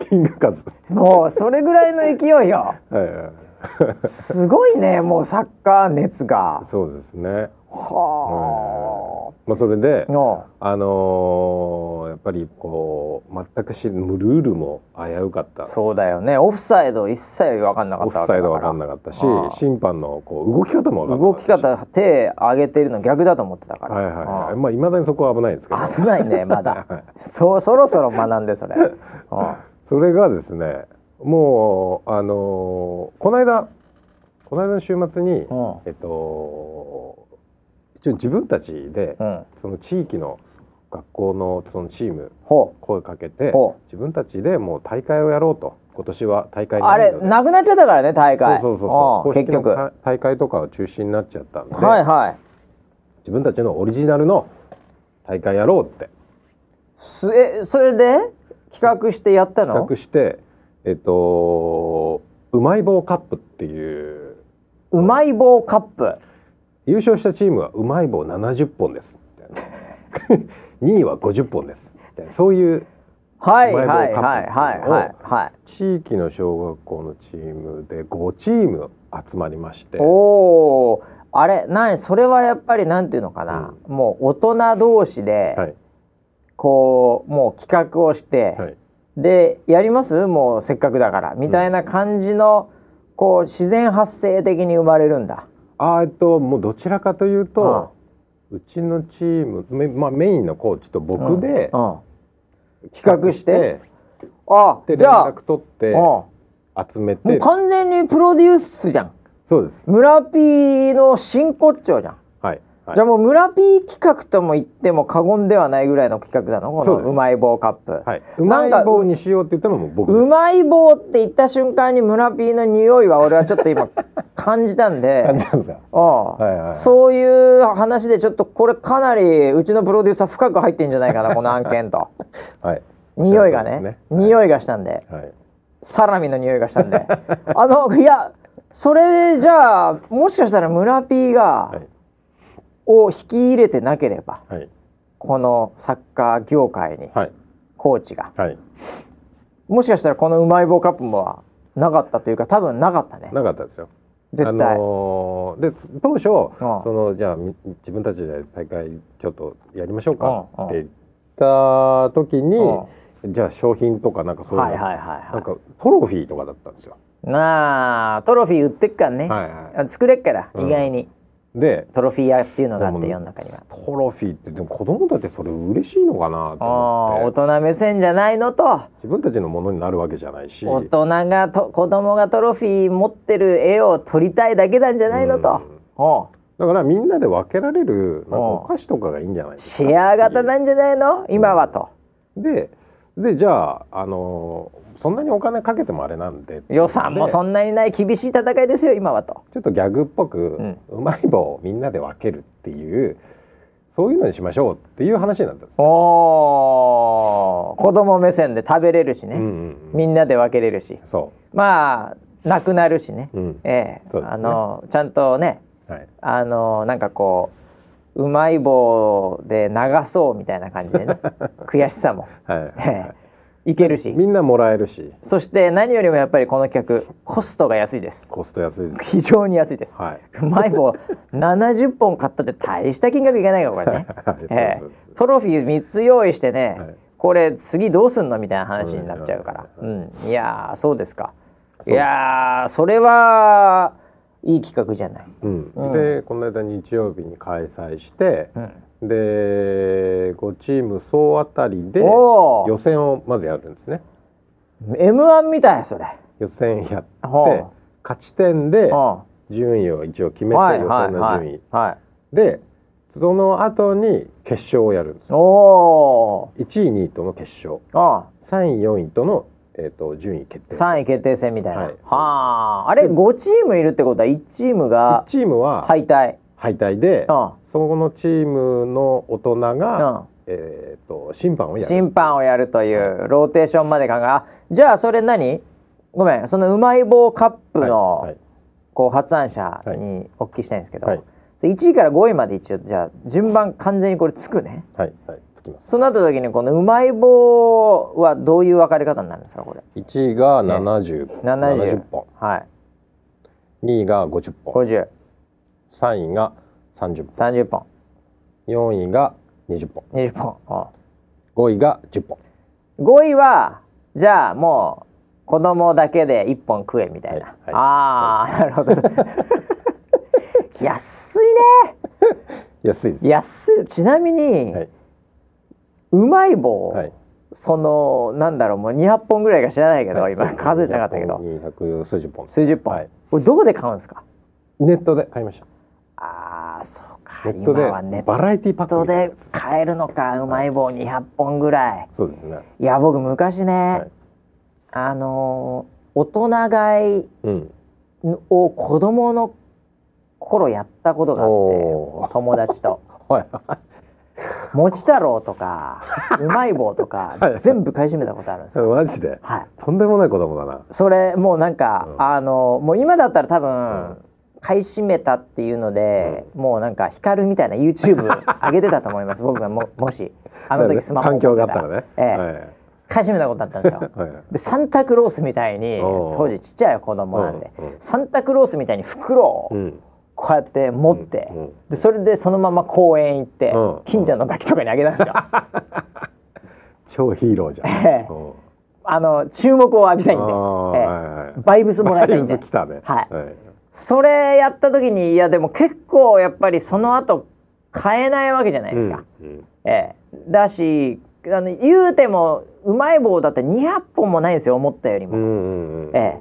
Speaker 2: キング数
Speaker 1: もうそれぐらいの勢いよ
Speaker 2: はいは
Speaker 1: すごいねもうサッカー熱が
Speaker 2: いそうですね
Speaker 1: は
Speaker 2: まあそれで
Speaker 1: あの
Speaker 2: あのーやっぱりこう全く知るルールも危うかった
Speaker 1: そうだよねオフサイド一切分かんなか
Speaker 2: オ
Speaker 1: っ
Speaker 2: フ
Speaker 1: たわけ
Speaker 2: サイ
Speaker 1: だ
Speaker 2: ド
Speaker 1: か
Speaker 2: 分からんなかったし
Speaker 1: ああ
Speaker 2: 審判のこう動き方も分
Speaker 1: 動き
Speaker 2: かんなかっ
Speaker 1: 方手上げてるの逆だと思ってたか
Speaker 2: た
Speaker 1: ら、
Speaker 2: はいはいはい
Speaker 1: うん
Speaker 2: まあいまだにそこは危ないんですけど
Speaker 1: 危ないねまだそうそろそろ学んでそれ、うん
Speaker 2: それがですねもうあのーこの間この間の週末に、
Speaker 1: うん
Speaker 2: えっと一応自分たちで、
Speaker 1: うん、
Speaker 2: その地域の学校のそのチーム
Speaker 1: ほ
Speaker 2: 声かけて
Speaker 1: ほ
Speaker 2: 自分たちでもう大会をやろうと今年は大会
Speaker 1: う
Speaker 2: にな
Speaker 1: あれ
Speaker 2: るので
Speaker 1: なくなっちゃったからね大会
Speaker 2: そうそうそうそう公
Speaker 1: ん結
Speaker 2: 式の
Speaker 1: 局は
Speaker 2: た大会とかは中止になっちゃったんで、
Speaker 1: いはい
Speaker 2: 自分たちのオリジナルの大会やろうって
Speaker 1: すえそれで企画してやったの
Speaker 2: 企画してえっとうまい棒カップっていう
Speaker 1: うまい棒カップ
Speaker 2: 優勝したチームはうまい棒70本です (laughs) みたいな2位は50本ですみたいなそういう
Speaker 1: はいう
Speaker 2: ま
Speaker 1: はいい
Speaker 2: 棒
Speaker 1: はい
Speaker 2: カ
Speaker 1: はい
Speaker 2: ップっていうのを
Speaker 1: はいはい
Speaker 2: 地域の小学校のチームで5チーム集まりまして
Speaker 1: おおあれ何それはやっぱりなんていうのかな、もう大人同士で、
Speaker 2: はい
Speaker 1: こうもう企画をして、
Speaker 2: はい
Speaker 1: でやりますもうせっかくだからみたいな感じの、こう自然発生的に生まれるんだ。
Speaker 2: あーえっともうどちらかというと、うちのチームめまあ、メインのコーチと
Speaker 1: うん
Speaker 2: 僕で
Speaker 1: うん企画してあ
Speaker 2: で
Speaker 1: じ
Speaker 2: 連
Speaker 1: ゃあ
Speaker 2: 絡取って
Speaker 1: うんも
Speaker 2: 集め
Speaker 1: う
Speaker 2: て
Speaker 1: 完全にプロデュースじゃん
Speaker 2: そうです
Speaker 1: 村ピーの真骨頂じゃん、
Speaker 2: はい、はい
Speaker 1: じゃあもう村ピー企画とも言っても過言ではないぐらいの企画なのこ
Speaker 2: そ
Speaker 1: の
Speaker 2: うです
Speaker 1: うまい棒カップ、
Speaker 2: はい、う
Speaker 1: な
Speaker 2: ま
Speaker 1: ん
Speaker 2: い
Speaker 1: か
Speaker 2: 棒にしようって言ったのも僕
Speaker 1: う
Speaker 2: です
Speaker 1: まい棒って言った瞬間に村ピーの匂いは俺はちょっと今
Speaker 2: (laughs)
Speaker 1: 感じたんで
Speaker 2: 感じなんですか
Speaker 1: ああ
Speaker 2: はいはいはい
Speaker 1: そういう話でちょっとこれかなりうちのプロデューサー深く入ってんじゃない
Speaker 2: (laughs)
Speaker 1: かなこの案件と
Speaker 2: はい
Speaker 1: 匂いがね
Speaker 2: い、
Speaker 1: 匂いがしたんで
Speaker 2: はい、
Speaker 1: サラミの匂いがしたんで (laughs) あのいやそれでじゃあもしかしたら村 P が、
Speaker 2: はい
Speaker 1: を引き入れてなければ
Speaker 2: はい
Speaker 1: このサッカー業界に
Speaker 2: はい
Speaker 1: コーチが
Speaker 2: はい
Speaker 1: もしかしたらこのうまい棒カップもはなかったというか多分なかったね
Speaker 2: なかったですよ
Speaker 1: 絶対、
Speaker 2: あのーでつ当初、
Speaker 1: ん
Speaker 2: そのじゃあみ自分たちで大会ちょっとやりましょうか
Speaker 1: うん
Speaker 2: って言った時に、
Speaker 1: う
Speaker 2: じゃあ商品とかなんかそういう
Speaker 1: は
Speaker 2: の
Speaker 1: いはいはい
Speaker 2: なん
Speaker 1: は
Speaker 2: かトロフィーとかだったんですよ。
Speaker 1: いなあトロフィー売ってっからね、
Speaker 2: はいはい
Speaker 1: あ作れっから、
Speaker 2: うん
Speaker 1: 意外に
Speaker 2: で
Speaker 1: トロフィー屋っていうのがあって
Speaker 2: でも
Speaker 1: 世の中には。
Speaker 2: トロフィーってでも子供たちそれ嬉しいのかなと
Speaker 1: ああ大
Speaker 2: 思って
Speaker 1: 人目線じゃないのと
Speaker 2: 自分たちのものになるわけじゃないし
Speaker 1: 大人がと子供がトロフィー持ってる絵を撮りたいだけなんじゃないのと。おう
Speaker 2: だからみんなで分けられるなんか
Speaker 1: うん
Speaker 2: お菓子とかがいいんじゃないです
Speaker 1: シ
Speaker 2: か
Speaker 1: ェア型なんじゃないの今はと。
Speaker 2: ででじゃあ、あのーそんなにお金かけてもあれなんで
Speaker 1: 予算もそ
Speaker 2: で
Speaker 1: んなにない厳しい戦いですよ今はと。
Speaker 2: ちょっとギャグっぽく、
Speaker 1: う
Speaker 2: うんまい棒をみんなで分けるっていうそういうのにしましょうっていう話になったんです、
Speaker 1: おー子供目線で食べれるしね、
Speaker 2: うんうんうん
Speaker 1: みんなで分けれるし
Speaker 2: そ
Speaker 1: まあなくなるしね、
Speaker 2: う、うん
Speaker 1: ええ
Speaker 2: そうですね
Speaker 1: あのちゃんとね
Speaker 2: はい、
Speaker 1: あのなんかこううまい棒で流そうみたいな感じ
Speaker 2: (laughs)
Speaker 1: でね悔しさも、
Speaker 2: はい
Speaker 1: え
Speaker 2: はいは
Speaker 1: えいけるし
Speaker 2: い、みんなもらえるし
Speaker 1: そして何よりもやっぱりこの企画コストが安いです
Speaker 2: コスト安いです
Speaker 1: 非常に安いです、
Speaker 2: はい (laughs)
Speaker 1: うまい棒70本買ったって大した金額いかないからこれね
Speaker 2: はいそう
Speaker 1: え
Speaker 2: そ
Speaker 1: ー
Speaker 2: う
Speaker 1: トロフィー3つ用意してね、
Speaker 2: はい
Speaker 1: これ次どうすんのみたいな話になっちゃうから、うん、いやーそうですかい
Speaker 2: そう
Speaker 1: やーそれはいい企画じゃない、
Speaker 2: うん
Speaker 1: うん
Speaker 2: でこの間日曜日に開催して
Speaker 1: う、ん、
Speaker 2: で5チーム総当たりで
Speaker 1: お
Speaker 2: 予
Speaker 1: お
Speaker 2: 選をまずやるんですね
Speaker 1: m 1みたいそれ
Speaker 2: 予選やって
Speaker 1: ほう
Speaker 2: 勝ち点で
Speaker 1: は
Speaker 2: 順位を一応決
Speaker 1: い
Speaker 2: めて
Speaker 1: はい
Speaker 2: 予
Speaker 1: は
Speaker 2: 選
Speaker 1: い
Speaker 2: の
Speaker 1: は
Speaker 2: 順
Speaker 1: い
Speaker 2: 位
Speaker 1: はい
Speaker 2: でその後に決勝をやるんですよ
Speaker 1: おお
Speaker 2: 1位2位との決勝
Speaker 1: あ
Speaker 2: 3位4位との、えー、と順位決定戦
Speaker 1: 3位決定戦みたいな、は
Speaker 2: はいそうです
Speaker 1: ああれ5チームいるってことは1チームが
Speaker 2: 1チームは
Speaker 1: 敗退
Speaker 2: 敗退で、
Speaker 1: う
Speaker 2: そのチームの大人が、
Speaker 1: んうん
Speaker 2: えー、と審判をやる
Speaker 1: 審判をやるというローテーションまで考えあじゃあそれ何ごめんそのうまい棒カップ
Speaker 2: はいは
Speaker 1: の
Speaker 2: い
Speaker 1: こう発案者
Speaker 2: はい
Speaker 1: にお聞きしたいんですけど、
Speaker 2: はい
Speaker 1: それ1位から5位まで一応じゃあ順番完全にこれつくね
Speaker 2: はいはいつきます
Speaker 1: そうなった時にこのうまい棒はどういう分かれ方になるんですかこれ
Speaker 2: 1位が70、
Speaker 1: 70
Speaker 2: 70本
Speaker 1: はい
Speaker 2: 2位が50本
Speaker 1: 5030
Speaker 2: 3位が30本
Speaker 1: 本
Speaker 2: 4位が20本
Speaker 1: 20本、
Speaker 2: 5位が10本
Speaker 1: うん、5位はじゃあもう子供だけで1本食えみたいな、
Speaker 2: はいはい
Speaker 1: ああなるほど (laughs) 安いね
Speaker 2: 安いです
Speaker 1: 安いちなみに、
Speaker 2: はいう
Speaker 1: まい棒、
Speaker 2: はい
Speaker 1: そのなんだろうもう200本ぐらいか知らないけど、今数えてなかったけど
Speaker 2: 200数十本
Speaker 1: 数十本、
Speaker 2: はい
Speaker 1: これどこで買うんですか
Speaker 2: ネットで買いました
Speaker 1: あーそうか
Speaker 2: ネット
Speaker 1: 今はネ
Speaker 2: でバラエティパ
Speaker 1: ッ
Speaker 2: ック
Speaker 1: ト
Speaker 2: みたいなや
Speaker 1: で
Speaker 2: つです
Speaker 1: 買えるのかうまい棒200本ぐらい
Speaker 2: そうですね
Speaker 1: いや僕昔ね、
Speaker 2: はい
Speaker 1: あのー大人買い
Speaker 2: うん
Speaker 1: を子供の頃やったことがあ
Speaker 2: お
Speaker 1: って友達
Speaker 2: (laughs)
Speaker 1: と。
Speaker 2: はい
Speaker 1: もち太郎とかうまい棒とか
Speaker 2: はい
Speaker 1: 全部買い占めたことあるんです
Speaker 2: それ
Speaker 1: よ。
Speaker 2: マジで
Speaker 1: はい、
Speaker 2: とんでもない子供だな
Speaker 1: それもうなんか、
Speaker 2: うん
Speaker 1: あのもう今だったら多分、
Speaker 2: うん
Speaker 1: 買い占めたっていうので、もうなんか光るみたいな YouTube 上げてたと思います
Speaker 2: (laughs)
Speaker 1: 僕がももしあの時スマホ持っ
Speaker 2: 環
Speaker 1: て
Speaker 2: 境があったらね。
Speaker 1: ええ買い占めたことあったんですよ
Speaker 2: (laughs) はいはい
Speaker 1: でサンタクロースみたいに
Speaker 2: おう
Speaker 1: 当時ちっちゃい子供なんで、
Speaker 2: うんうん
Speaker 1: サンタクロースみたいに袋を
Speaker 2: うん
Speaker 1: こうやって持って、
Speaker 2: うんうん
Speaker 1: でそれでそのまま公園行って、
Speaker 2: うん
Speaker 1: 近所のガキとかにあげたんです
Speaker 2: (laughs)
Speaker 1: よ。
Speaker 2: 超ヒーローじゃん
Speaker 1: ええ
Speaker 2: うん
Speaker 1: あの注目を浴びたいんで、
Speaker 2: あ
Speaker 1: え
Speaker 2: ーはいはい
Speaker 1: えバイブスもらいたいん
Speaker 2: バイ
Speaker 1: で
Speaker 2: ブス来たね
Speaker 1: はいそれやった時にいやでも結構やっぱりその後買えないわけじゃないですか、
Speaker 2: うんうん
Speaker 1: ええだしあの言うてもうまい棒だって200本もないんですよ思ったより
Speaker 2: う
Speaker 1: も、
Speaker 2: んうんうん
Speaker 1: え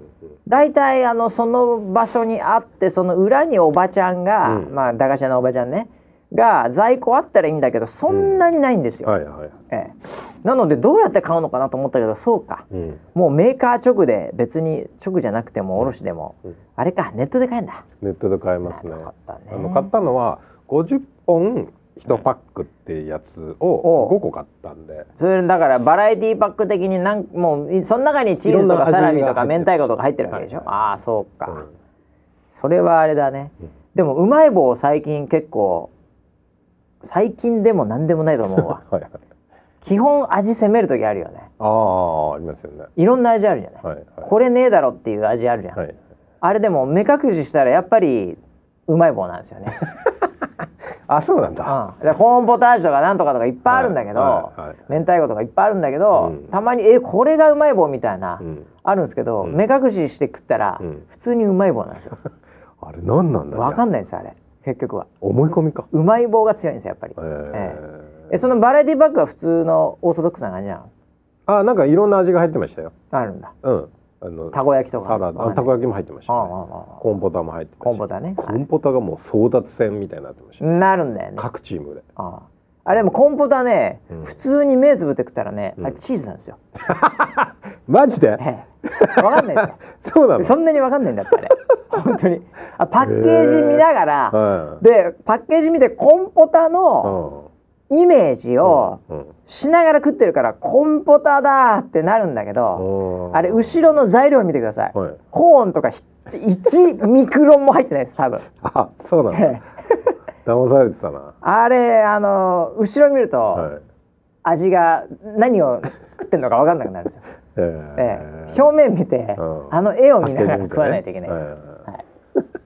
Speaker 1: 大体あのその場所にあってその裏におばちゃんが、
Speaker 2: うん
Speaker 1: まあ駄菓子屋のおばちゃんねが在庫あったらいいんだけどそんなにないんですよ、
Speaker 2: はいはい
Speaker 1: ええ、なのでどうやって買うのかなと思ったけどそうか
Speaker 2: うん
Speaker 1: もうメーカー直で別に直じゃなくても卸でも、
Speaker 2: うん
Speaker 1: あれかネットで買えんだ。
Speaker 2: ネットで買えますね
Speaker 1: なるほどね
Speaker 2: あの買ったのは50本1パックってやつを
Speaker 1: おう
Speaker 2: 5個買ったんで
Speaker 1: それだからバラエティパック的になんもういその中にチーズとか
Speaker 2: いろんな味
Speaker 1: サラミと
Speaker 2: が
Speaker 1: か
Speaker 2: 入っ
Speaker 1: 明
Speaker 2: てる
Speaker 1: 太子とか入ってるわけでしょ、
Speaker 2: はい
Speaker 1: ああそうか、
Speaker 2: うん
Speaker 1: それはあれだね、
Speaker 2: うん
Speaker 1: でもうまい棒最近結構最近でも何でもないと思う
Speaker 2: (laughs)
Speaker 1: わ
Speaker 2: はいはい
Speaker 1: 基本味攻める時あるよね
Speaker 2: ああありますよね
Speaker 1: いろんな味あるじゃない、
Speaker 2: はいはい
Speaker 1: これねえだろっていう味あるじゃん、
Speaker 2: はい
Speaker 1: あれでも目隠ししたらやっぱりうまい棒なんです
Speaker 2: (laughs)
Speaker 1: よね、
Speaker 2: あそうなん
Speaker 1: う
Speaker 2: だ
Speaker 1: ん、でコーンポタージュとかなんとかとかいっぱいあるんだけど、
Speaker 2: はいはいはい
Speaker 1: 明太子とかいっぱいあるんだけど、
Speaker 2: うん
Speaker 1: たまに「えこれがうまい棒」みたいな、
Speaker 2: うん
Speaker 1: あるんですけど、
Speaker 2: うん
Speaker 1: 目隠しして食ったら、
Speaker 2: うん (laughs)
Speaker 1: 普通にうまい棒なんですよ
Speaker 2: あれ何なんだじゃあ
Speaker 1: わかんないですよあれ結局は
Speaker 2: 思い込みか。
Speaker 1: うまい棒が強いんですよやっぱり
Speaker 2: えー
Speaker 1: えそのバラエティバッグは普通のオーソドックスな感じなの
Speaker 2: あなんかいろんな味が入ってましたよ。
Speaker 1: あるんだ
Speaker 2: うん。あの
Speaker 1: たこ焼きとか
Speaker 2: サ
Speaker 1: わか
Speaker 2: ラダ
Speaker 1: んな
Speaker 2: あ
Speaker 1: い
Speaker 2: たこ焼きも入ってまし
Speaker 1: あ
Speaker 2: た、
Speaker 1: ああ
Speaker 2: ね。コンポタも入ってたし
Speaker 1: コンポタね
Speaker 2: コンポタがもう争奪戦みたいになってまし
Speaker 1: あ
Speaker 2: た、ね
Speaker 1: なるんだよね
Speaker 2: 各チームで
Speaker 1: あああれでもコンポタね、
Speaker 2: うん
Speaker 1: 普通に目つぶって食ったらね、
Speaker 2: うん
Speaker 1: あれチーズなんですよ、
Speaker 2: マジで
Speaker 1: ええ、わかんないですよ
Speaker 2: そう (laughs) なの
Speaker 1: そんなにわかんないんだってあ
Speaker 2: (laughs)
Speaker 1: れ本当にあパッケージ見ながら、
Speaker 2: は
Speaker 1: でパッケージ見てコンポタ
Speaker 2: い
Speaker 1: のイメージを
Speaker 2: うんうん
Speaker 1: しながら食ってるからコンポタだーってなるんだけど、
Speaker 2: うん
Speaker 1: あれ後ろの材料見てください、
Speaker 2: はい
Speaker 1: コーンとかひ1ミクロンも入ってないです
Speaker 2: (laughs)
Speaker 1: 多分
Speaker 2: あそうな
Speaker 1: え
Speaker 2: の騙されてたな
Speaker 1: えあれあの後ろ見ると、
Speaker 2: はい
Speaker 1: 味が何を食ってるのか分かんなくな
Speaker 2: (laughs)
Speaker 1: るんですよ、
Speaker 2: え
Speaker 1: ええ
Speaker 2: ー
Speaker 1: 表面見て、
Speaker 2: うん
Speaker 1: あの絵を見ながら
Speaker 2: パッケージ見てね
Speaker 1: 食わないといけないです、
Speaker 2: はい
Speaker 1: はい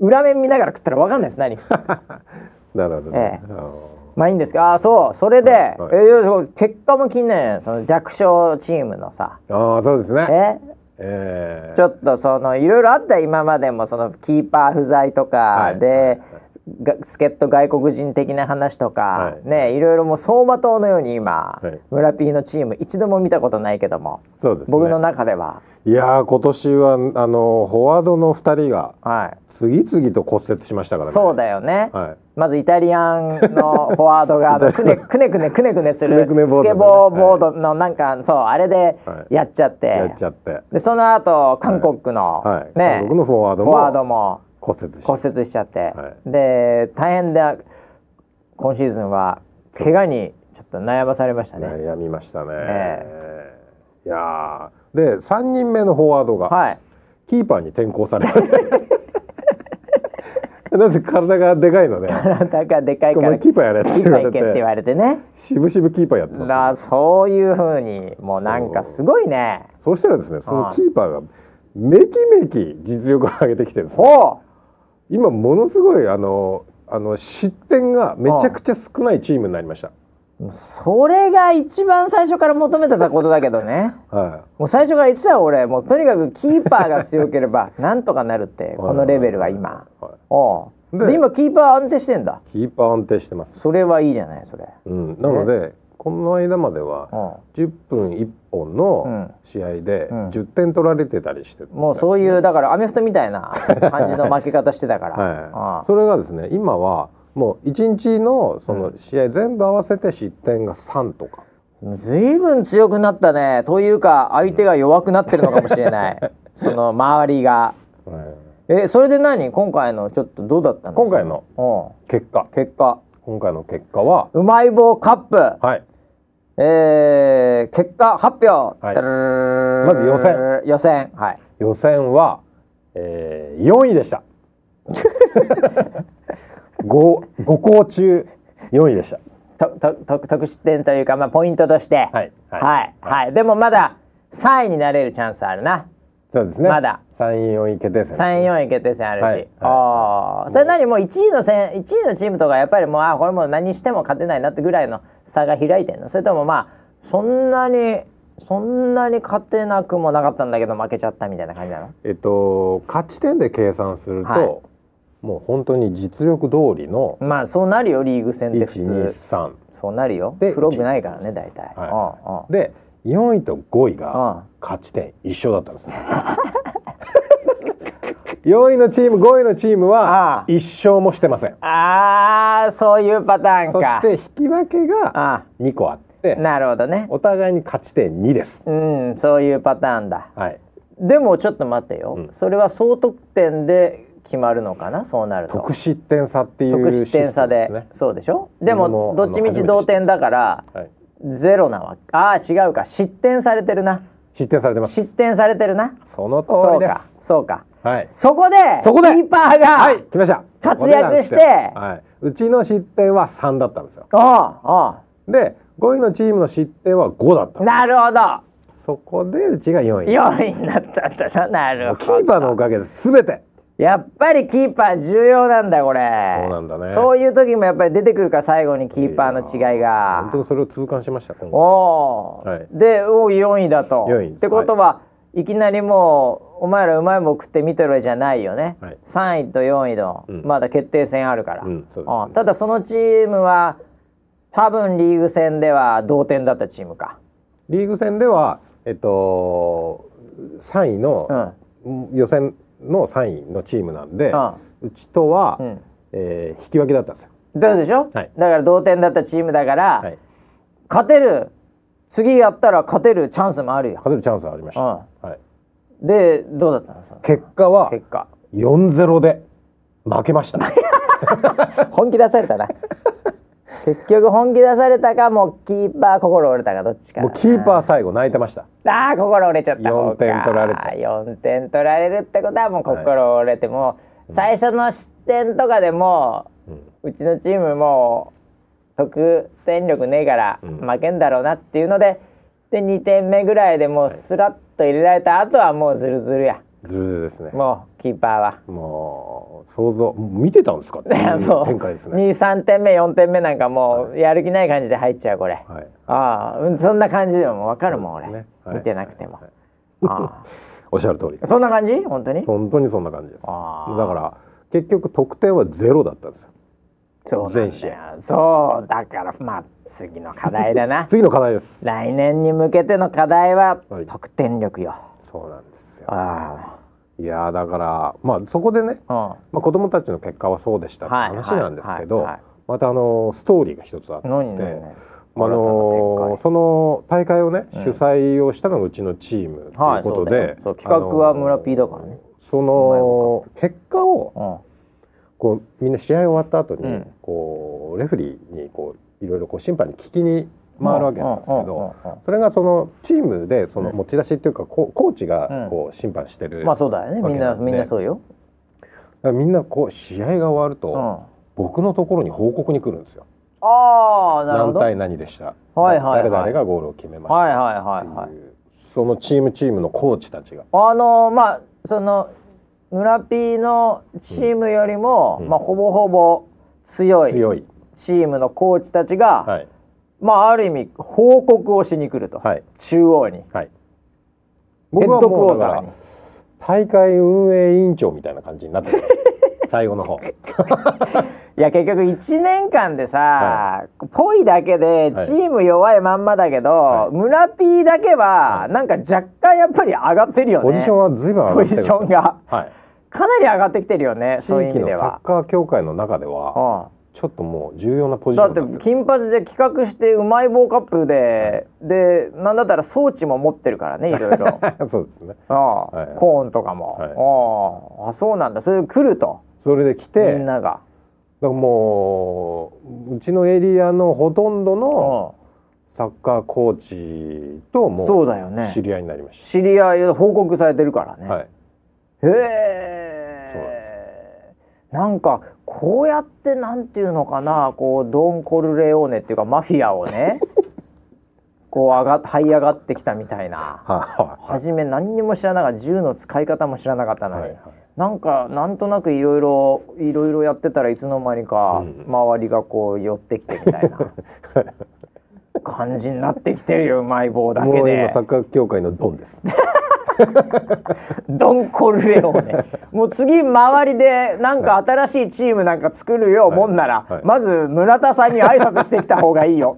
Speaker 1: 裏面見ながら食ったら分かんないです何
Speaker 2: なるほどね
Speaker 1: え
Speaker 2: あー
Speaker 1: まあいいんですけどああそうそれで、
Speaker 2: はいはい
Speaker 1: えー結果も気になるよねその弱小チームのさ
Speaker 2: あーそうですね
Speaker 1: え
Speaker 2: えー
Speaker 1: ちょっとそのいろいろあったよ今までもそのキーパー不在と
Speaker 2: は
Speaker 1: か
Speaker 2: い
Speaker 1: で、
Speaker 2: はいはい
Speaker 1: が助っ人外国人的な話とか、
Speaker 2: はい
Speaker 1: ねいろいろもう走馬灯のように今、
Speaker 2: はい
Speaker 1: 村 P のチーム一度も見たことないけども、
Speaker 2: そうですね
Speaker 1: 僕の中ではい
Speaker 2: やー今年はあのフォワードの二人が
Speaker 1: はい
Speaker 2: 次々と骨折しましたからね
Speaker 1: そうだよね、
Speaker 2: はい
Speaker 1: まずイタリアンのフォワード
Speaker 2: (laughs)
Speaker 1: があのくねくねくねくねくねする
Speaker 2: くねくねボード
Speaker 1: ス
Speaker 2: ね
Speaker 1: ケボーボードのなんか、そうあれで
Speaker 2: はい
Speaker 1: やっちゃって、
Speaker 2: やっちゃって
Speaker 1: でその後韓国の、
Speaker 2: はい
Speaker 1: ね
Speaker 2: 韓国のフォワー
Speaker 1: フ
Speaker 2: ド
Speaker 1: ォワード
Speaker 2: も
Speaker 1: も
Speaker 2: 骨折して
Speaker 1: 骨折しちゃって、
Speaker 2: は
Speaker 1: で大変だ今シーズンは怪我にちょっと悩まされましたね。
Speaker 2: 悩みましたね、
Speaker 1: え
Speaker 2: いやーで三人目のフォワードが、
Speaker 1: はい (laughs)
Speaker 2: キーパーに転向された (laughs) なぜ体がでかいので
Speaker 1: 体がでかいか
Speaker 2: お前
Speaker 1: ら
Speaker 2: キーパーやれって
Speaker 1: キ
Speaker 2: 言
Speaker 1: ー
Speaker 2: わ
Speaker 1: パー
Speaker 2: れ
Speaker 1: 行けって言
Speaker 2: て
Speaker 1: われてね
Speaker 2: しぶしぶキーパーやってます
Speaker 1: だそういう風にもうなんかすごいね
Speaker 2: そうしたらですねその
Speaker 1: はい
Speaker 2: キーパーがめきめき実力を上げてきてるんですね
Speaker 1: ほ
Speaker 2: 今ものすごいあのあの失点がめちゃくちゃ少ないチームになりました、
Speaker 1: うそれが一番最初から求めてたことだけどね
Speaker 2: (laughs) は
Speaker 1: もう最初から言ってたよ俺もうとにかくキーパーが強ければ (laughs) なんとかなるって
Speaker 2: い、
Speaker 1: このレベルが今
Speaker 2: は
Speaker 1: おう
Speaker 2: で
Speaker 1: で今キーパー安定してんだ
Speaker 2: い、キーパー安定してます
Speaker 1: それはいいじゃないそれ
Speaker 2: うん、なのでこの間まで
Speaker 1: う
Speaker 2: は
Speaker 1: ん
Speaker 2: 10分1本
Speaker 1: う
Speaker 2: の
Speaker 1: ん
Speaker 2: 試合で
Speaker 1: うん
Speaker 2: 10点取られてたりして、
Speaker 1: もうそういうだからアメフトみたい
Speaker 2: (laughs)
Speaker 1: な感じの負け方してたから、あ
Speaker 2: は
Speaker 1: あ
Speaker 2: い、それがですね今はもう1日のその試合全部合わせて失点が3とか、
Speaker 1: ずいぶん強くなったねというか相手が弱くなってるのかもしれない、
Speaker 2: (laughs)
Speaker 1: その周りが
Speaker 2: はい
Speaker 1: えそれで何今回のちょっとどうだったの
Speaker 2: 今回の
Speaker 1: の
Speaker 2: 結果
Speaker 1: 結果
Speaker 2: 今回の結果は
Speaker 1: うまい棒カップ、
Speaker 2: はい
Speaker 1: えー、結果発表、
Speaker 2: はい
Speaker 1: ダルルルルル
Speaker 2: まず予選
Speaker 1: 予選はい
Speaker 2: 予選は、えー、4位でした (laughs) 5, 5校中4位でした
Speaker 1: ととと得失点というか、まあ、ポイントとして
Speaker 2: はい
Speaker 1: は
Speaker 2: はいい、
Speaker 1: はいでもまだ3位になれるチャンスあるな
Speaker 2: そうですね
Speaker 1: まだ
Speaker 2: 3位4位決定戦ですね
Speaker 1: 三四位決定戦あるし、
Speaker 2: はいはい
Speaker 1: ああそれ何もう一位の戦一位のチームとかやっぱりもうあこれもう何しても勝てないなってぐらいの差が開いてんのそれともまあそんなにそんなに勝てなくもなかったんだけど負けちゃったみたいな感じなの
Speaker 2: えっと、勝ち点で計算すると、
Speaker 1: はい
Speaker 2: もう本当に実力通りの
Speaker 1: まあそうなるよリーグ戦で普通
Speaker 2: 123
Speaker 1: そうなるよ
Speaker 2: で
Speaker 1: フログないからね大体、
Speaker 2: はで4位と5位が
Speaker 1: うんうん
Speaker 2: 勝ち点一緒だったん (laughs) です4位のチーム5位のチーム
Speaker 1: ああ
Speaker 2: は1勝もしてません
Speaker 1: ああそういうパターン
Speaker 2: そ
Speaker 1: か
Speaker 2: して引き分けが
Speaker 1: あ
Speaker 2: 2個あって
Speaker 1: あなるほどね
Speaker 2: お互いに勝ち点2です
Speaker 1: うんそういうパターンだ
Speaker 2: はい
Speaker 1: でもちょっと待ってよ、
Speaker 2: うん
Speaker 1: それは総得点で決まるのかなそうなると
Speaker 2: 得失点差っていう
Speaker 1: 得失点差で
Speaker 2: システムですね
Speaker 1: そうでしょでも
Speaker 2: 僕も
Speaker 1: どっちみ
Speaker 2: あの初めて知
Speaker 1: ち
Speaker 2: った
Speaker 1: 同点だから
Speaker 2: はい、
Speaker 1: ゼロなわけああ違うか失点されてるな
Speaker 2: 失点されてます
Speaker 1: 失点されてるな
Speaker 2: その通
Speaker 1: そう
Speaker 2: りで
Speaker 1: か
Speaker 2: す
Speaker 1: そうか
Speaker 2: はい
Speaker 1: そこで
Speaker 2: そこで
Speaker 1: キーパーが、
Speaker 2: はい、来ました。
Speaker 1: 活躍して
Speaker 2: これなんですよはい、うちの失点は3だったんですよ。
Speaker 1: おう
Speaker 2: で、5位のチームの失点は5だった
Speaker 1: おう。なるほど
Speaker 2: そこでうちが4位。
Speaker 1: 4位になったんだななる
Speaker 2: キ
Speaker 1: ほ
Speaker 2: ー
Speaker 1: ど
Speaker 2: パーのおかげで全て。
Speaker 1: やっぱりキーパー重要なんだこれ
Speaker 2: そうなんだね
Speaker 1: そういう時もやっぱり出てくるから最後にキーパーの違いが
Speaker 2: 本当にそれを痛感しました。今回
Speaker 1: おお、
Speaker 2: はい
Speaker 1: でお4位だと。
Speaker 2: 4位です
Speaker 1: ってことは、い、きなりもうお前らうまいもん食って見てるじゃないよね、
Speaker 2: はい
Speaker 1: 3位と4位の、
Speaker 2: うん
Speaker 1: まだ決定戦あるから、
Speaker 2: うんそうですね
Speaker 1: あただそのチームは多分リーグ戦では同点だったチームか、
Speaker 2: リーグ戦ではえっと3位
Speaker 1: うん
Speaker 2: の、予選の3位のチームなんで、うちとは、
Speaker 1: うん
Speaker 2: えー引き分けだったんですよ。
Speaker 1: どうでしょ、
Speaker 2: はい
Speaker 1: だから同点だったチームだから、
Speaker 2: はい、
Speaker 1: 勝てる次やったら勝てるチャンスもあるよ、
Speaker 2: 勝てるチャンスはありました。はい、
Speaker 1: うん、でどうだったのその
Speaker 2: 結果は
Speaker 1: 結果
Speaker 2: 4ゼ0で負けました。
Speaker 1: 本気出され
Speaker 2: (laughs)
Speaker 1: たな結局本気出されたかもうキーパー心折れたかどっちかだ
Speaker 2: も
Speaker 1: な
Speaker 2: うキーパー最後泣いてました。
Speaker 1: ああ心折れちゃった
Speaker 2: 4点取られた
Speaker 1: 4点取られるってことはもう心折れて、もう最初の失点とかでも
Speaker 2: うん
Speaker 1: ううちのチームもう得点力ねえから
Speaker 2: うん
Speaker 1: 負けんだろうなっていうので、で2点目ぐらいでもうスラッと入れられた後はもうズルズルや
Speaker 2: ずるずるですね。
Speaker 1: もうキーパーは。
Speaker 2: もう想像もう見てたんですかってい
Speaker 1: も
Speaker 2: う
Speaker 1: う
Speaker 2: 展開ですね。
Speaker 1: 23点目4点目なんかもうやる気ない感じで入っちゃうこれ、
Speaker 2: はい。
Speaker 1: ああうんそんな感じでももう分かるもん俺、
Speaker 2: そうですねはい
Speaker 1: 見てなくても、
Speaker 2: はい
Speaker 1: あ
Speaker 2: おっしゃる通り
Speaker 1: あ。そん (laughs) な感じ本当に
Speaker 2: 本当にそんな感じです。だ
Speaker 1: あー
Speaker 2: から結局得点はゼロだったんですよ。
Speaker 1: そうなん
Speaker 2: 全試
Speaker 1: だよそうだからまあ次の課題だ
Speaker 2: (laughs)
Speaker 1: な
Speaker 2: 次の課題です。
Speaker 1: 来年に向けての課題は
Speaker 2: はい
Speaker 1: 得点力よ、
Speaker 2: そうなんですよ。
Speaker 1: あ
Speaker 2: いやーだからまあそこでね、
Speaker 1: あうん
Speaker 2: まあ子供たちの結果はそうでしたって
Speaker 1: はい
Speaker 2: 話なんですけ
Speaker 1: はい
Speaker 2: ど
Speaker 1: はいはい、
Speaker 2: またあのーストーリーが一つあって、
Speaker 1: 何何何
Speaker 2: ま
Speaker 1: 新たな
Speaker 2: ああの
Speaker 1: 展
Speaker 2: ーその大会をね
Speaker 1: うん
Speaker 2: 主催をしたのがうちのチームと
Speaker 1: はいいう
Speaker 2: こと
Speaker 1: そうだよ
Speaker 2: で、
Speaker 1: そう企画は村 P だからね。
Speaker 2: その結果をこうみんな試合終わった後に、
Speaker 1: うん
Speaker 2: こうレフェリーにこういろいろこう審判に聞きに回るわけなんですけ
Speaker 1: う
Speaker 2: ど、
Speaker 1: んうんうんうん
Speaker 2: それがそのチームでその
Speaker 1: うん
Speaker 2: 持ち出しっていうか、こうコーチ
Speaker 1: う
Speaker 2: が
Speaker 1: ん
Speaker 2: こう審判してる、
Speaker 1: まあそうだよねみんな
Speaker 2: わけなん
Speaker 1: み
Speaker 2: で
Speaker 1: んなそうよ、
Speaker 2: みんなこう試合が終わると、
Speaker 1: うん、あ
Speaker 2: 僕のところに報告に来るんですよ。
Speaker 1: あーなるほ
Speaker 2: 何
Speaker 1: ど
Speaker 2: 対何でした、
Speaker 1: はいはいはい
Speaker 2: 誰々がゴールを決めま
Speaker 1: はい
Speaker 2: し
Speaker 1: はい
Speaker 2: たって、
Speaker 1: はいいうはい
Speaker 2: そのチームチームのコーチたちが。
Speaker 1: あのまあその村 P のチームよりも、
Speaker 2: うん
Speaker 1: まあほぼほぼ強い
Speaker 2: 強い、
Speaker 1: チームのコーチたちが、
Speaker 2: はい
Speaker 1: まあある意味報告をしに来ると、
Speaker 2: はい
Speaker 1: 中央に
Speaker 2: は
Speaker 1: ヘ
Speaker 2: い、
Speaker 1: ッ
Speaker 2: 僕は
Speaker 1: ドク
Speaker 2: も
Speaker 1: ォ
Speaker 2: う
Speaker 1: ー
Speaker 2: だ
Speaker 1: タ
Speaker 2: か
Speaker 1: ーに
Speaker 2: ら大会運営委員長みたいな感じになってるんです最後の方。
Speaker 1: いや結局1年間でさ、
Speaker 2: は
Speaker 1: ぽいだけで
Speaker 2: はい
Speaker 1: チーム弱いまんまだけど、
Speaker 2: はい
Speaker 1: 村 P だけはなんか若干やっぱり上がってるよね
Speaker 2: ポジションは随分上がってるんですよ
Speaker 1: ポジションが
Speaker 2: はい、
Speaker 1: かなり上がってきてるよね
Speaker 2: 地
Speaker 1: そういう意
Speaker 2: 域
Speaker 1: 味
Speaker 2: の
Speaker 1: で
Speaker 2: サ
Speaker 1: は
Speaker 2: ッ。カー協会の中では
Speaker 1: うん
Speaker 2: ちょっともう重要なポジシ
Speaker 1: だ
Speaker 2: ョ
Speaker 1: っ
Speaker 2: ン
Speaker 1: て
Speaker 2: になってる
Speaker 1: 金髪で企画してうまい棒カップで、でなんだったら装置も持ってる
Speaker 2: (laughs)
Speaker 1: からねいろいろ
Speaker 2: そうですね
Speaker 1: ああ
Speaker 2: はいはい
Speaker 1: コーンとかも、あああそうなんだそれで来ると
Speaker 2: それで来て
Speaker 1: みんなが、
Speaker 2: だからもううちのエリアのほとんどの
Speaker 1: う
Speaker 2: サッカーコーチと
Speaker 1: ん、そ
Speaker 2: も
Speaker 1: うだよね
Speaker 2: 知り合いになりまし
Speaker 1: 知り合いで報告されてるからね、
Speaker 2: た、はい、
Speaker 1: へえ
Speaker 2: そうなんで
Speaker 1: なんかこうやってなんていうのかなこうドン・コルレオーネっていうかマフィアを
Speaker 2: (laughs)
Speaker 1: ねこう上が這い上がってきたみたいな
Speaker 2: は
Speaker 1: 初め何にも知らなかった銃の使い方も知らなかった
Speaker 2: い
Speaker 1: のに、
Speaker 2: はいはい
Speaker 1: なんかなんとなくいろいろいろいろやってたらいつの間にか
Speaker 2: うん
Speaker 1: 周りがこう寄ってきてみたい
Speaker 2: (laughs)
Speaker 1: な感じになってきてるようまい棒だけ
Speaker 2: もう今
Speaker 1: で
Speaker 2: サッカー協会のドンです
Speaker 1: ドンコルレオー
Speaker 2: (laughs)
Speaker 1: ネもう次周りでなんか新しいチームなんか作るようもんなら、
Speaker 2: はいはい
Speaker 1: まず村田さんに挨拶してきた方がいいよ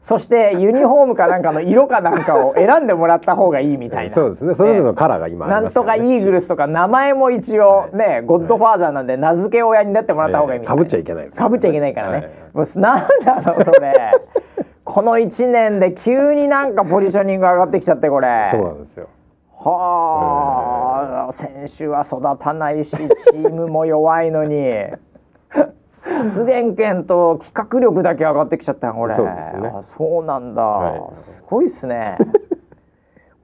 Speaker 1: そしてユニフォームかなんかの色かなんかを選んでもらった方がいいみたいな。
Speaker 2: そうですねそれぞれのカラーが今あ
Speaker 1: な
Speaker 2: りま
Speaker 1: ん
Speaker 2: すか
Speaker 1: とからイ
Speaker 2: ね
Speaker 1: ーグルスとか名前も一応ね、ゴッドファーザーなんで名付け親になってもらった方がいいみたいな、
Speaker 2: ええ被っちゃいけないですね
Speaker 1: かぶっちゃいけないからね、
Speaker 2: はい
Speaker 1: もうなんだろうそれこの1年で急になんかポジショニング上がってきちゃってこれ
Speaker 2: そうなんですよ
Speaker 1: はあ、選手は育たないしチームも弱いの
Speaker 2: (laughs)
Speaker 1: に発言権と企画力だけ上がってきちゃったよこれ
Speaker 2: そうですね
Speaker 1: あそうなんだ、
Speaker 2: はい
Speaker 1: すごいっすね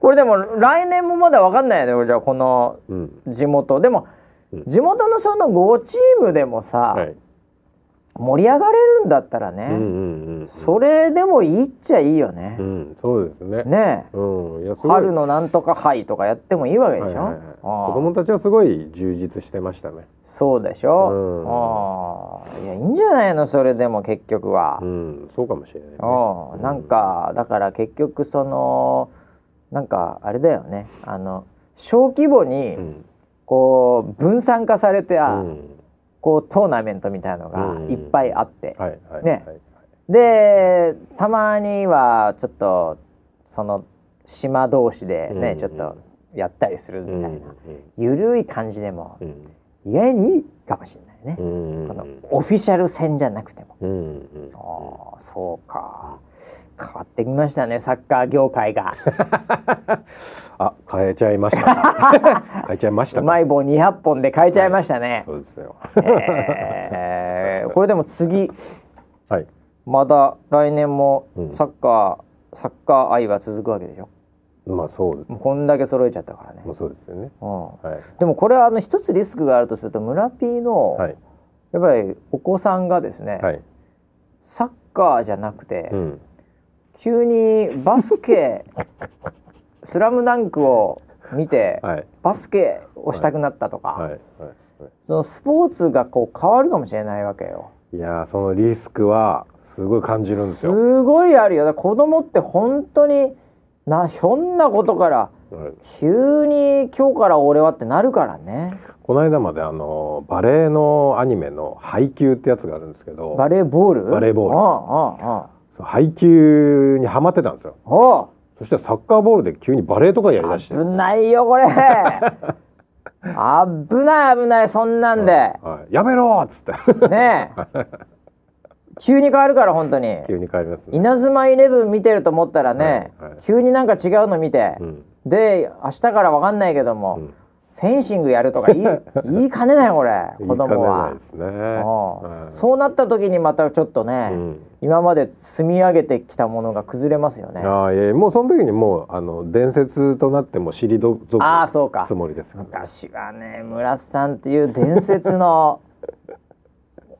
Speaker 1: これでも来年もまだ分かんないよねじゃあこの
Speaker 2: うん
Speaker 1: 地元でも、
Speaker 2: うん
Speaker 1: 地元のその5チームでもさ、
Speaker 2: はい
Speaker 1: 盛り上がれるんだったらね、
Speaker 2: うんうんうん
Speaker 1: それでもいいっちゃいいよね
Speaker 2: う、んそうですね
Speaker 1: ねえ
Speaker 2: うんいやすごい
Speaker 1: 春のなんとか杯とかやってもいいわけでしょ、
Speaker 2: はいはいはい
Speaker 1: ああ
Speaker 2: 子供たちはすごい充実してましたね。
Speaker 1: そうでしょ、ああいやいいんじゃないのそれでも結局は
Speaker 2: う、ん、そうかもしれない、ね。
Speaker 1: ああなんかだから結局そのなんかあれだよねあの小規模に
Speaker 2: うん
Speaker 1: こう分散化されて、あ
Speaker 2: うん
Speaker 1: こうトーナメントみたいのがいっぱいあって、
Speaker 2: はいはい
Speaker 1: ね
Speaker 2: はい
Speaker 1: でたまにはちょっとその島同士でね、
Speaker 2: うん
Speaker 1: ちょっとやったりするみ
Speaker 2: うん
Speaker 1: たいな、
Speaker 2: うん
Speaker 1: ゆるい感じでも
Speaker 2: うん
Speaker 1: 意外にいいかもしれないね、
Speaker 2: うん
Speaker 1: このオフィシャル戦じゃなくても。
Speaker 2: うんうん
Speaker 1: ああそうか変わってきましたねサッカー業界
Speaker 2: (laughs)
Speaker 1: が
Speaker 2: あ変えちゃいまし
Speaker 1: (laughs)
Speaker 2: たか変えちゃいました
Speaker 1: う
Speaker 2: か
Speaker 1: まい棒200本で変えちゃいましたね、
Speaker 2: そうですよ
Speaker 1: えーこれでも次
Speaker 2: はい
Speaker 1: まだ来年も
Speaker 2: うん
Speaker 1: サッカー、サッカー愛は続くわけでしょ
Speaker 2: まあそう
Speaker 1: もうこんだけ揃えちゃったからね、
Speaker 2: まあそうですよね
Speaker 1: うん、
Speaker 2: はい
Speaker 1: でもこれはあの一つリスクがあるとすると村 P の
Speaker 2: はい
Speaker 1: やっぱりお子さんがですね、
Speaker 2: はい
Speaker 1: サッカーじゃなくて、
Speaker 2: うん
Speaker 1: 急にバスケスラムダンクを見
Speaker 2: (laughs)
Speaker 1: て
Speaker 2: はい
Speaker 1: バスケをしたくなったとか、
Speaker 2: はいは
Speaker 1: そのスポーツがこう変わるかもしれないわけよ。
Speaker 2: いいやーそのリスクはすごい感じるんです
Speaker 1: す
Speaker 2: よ
Speaker 1: ごいあるよ。だから子供って本当になひょんなことから
Speaker 2: はい
Speaker 1: 急に今日から俺はってなるからね。
Speaker 2: この間まであのバレエのアニメの「配給」ってやつがあるんですけど
Speaker 1: バレーボール？
Speaker 2: バレーボール
Speaker 1: ル。
Speaker 2: その配給にハマってたんですよ
Speaker 1: うんうんうん。お
Speaker 2: そしたらサッカーボールで急にバレエとかやりだ
Speaker 1: う。
Speaker 2: して
Speaker 1: 危ないよこれ。危ない危ないそんなんで、
Speaker 2: はいやめろー
Speaker 1: (laughs)
Speaker 2: っつって
Speaker 1: ねえ。急に変わるから本当に。
Speaker 2: (laughs) 急に帰りますね
Speaker 1: 稲妻イレブン見てると思ったらね、
Speaker 2: はいはい
Speaker 1: 急になんか違うの見て、
Speaker 2: うん
Speaker 1: で明日からわかんないけども、
Speaker 2: うん
Speaker 1: フェンシングやるとか
Speaker 2: (laughs)
Speaker 1: いい言いかねないこれ子供は
Speaker 2: 言いかねないですね
Speaker 1: うん
Speaker 2: い
Speaker 1: そうなった時にまたちょっとね、
Speaker 2: うん
Speaker 1: 今まで積み上げてきたものが崩れますよね
Speaker 2: ああいやもうその時にもうあの伝説となっても知りどぞ
Speaker 1: ああそうか
Speaker 2: つもりですから
Speaker 1: 昔はね村瀬さんっていう伝説の (laughs)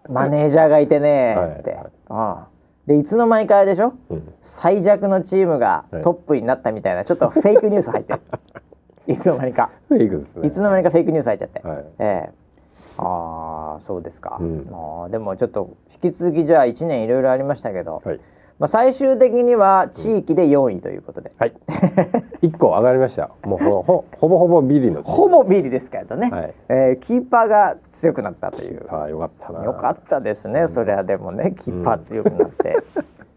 Speaker 1: マネージャーがいてね
Speaker 2: はい
Speaker 1: って、
Speaker 2: はい
Speaker 1: うんでいつの間にかあれでしょ
Speaker 2: うん
Speaker 1: 最弱のチームが
Speaker 2: はい
Speaker 1: トップになったみたいな、ちょっとフェイクニュース入
Speaker 2: (laughs)
Speaker 1: ってるいつの間にか
Speaker 2: フェイクですね
Speaker 1: いつの間にかフェイクニュース入っちゃって、
Speaker 2: はい
Speaker 1: ええああそうですか、
Speaker 2: うん
Speaker 1: あーでもちょっと引き続きじゃあ1年いろいろありましたけど、
Speaker 2: はい
Speaker 1: まあ、最終的には地域で4位ということで、
Speaker 2: はい (laughs) 一個上がりましたもうほほほぼほぼビリの
Speaker 1: ほぼビリですけどね、
Speaker 2: はい
Speaker 1: えーキーパーが強くなったという
Speaker 2: ああよかったな
Speaker 1: よかったですねそれはでもねキーパー強くなって、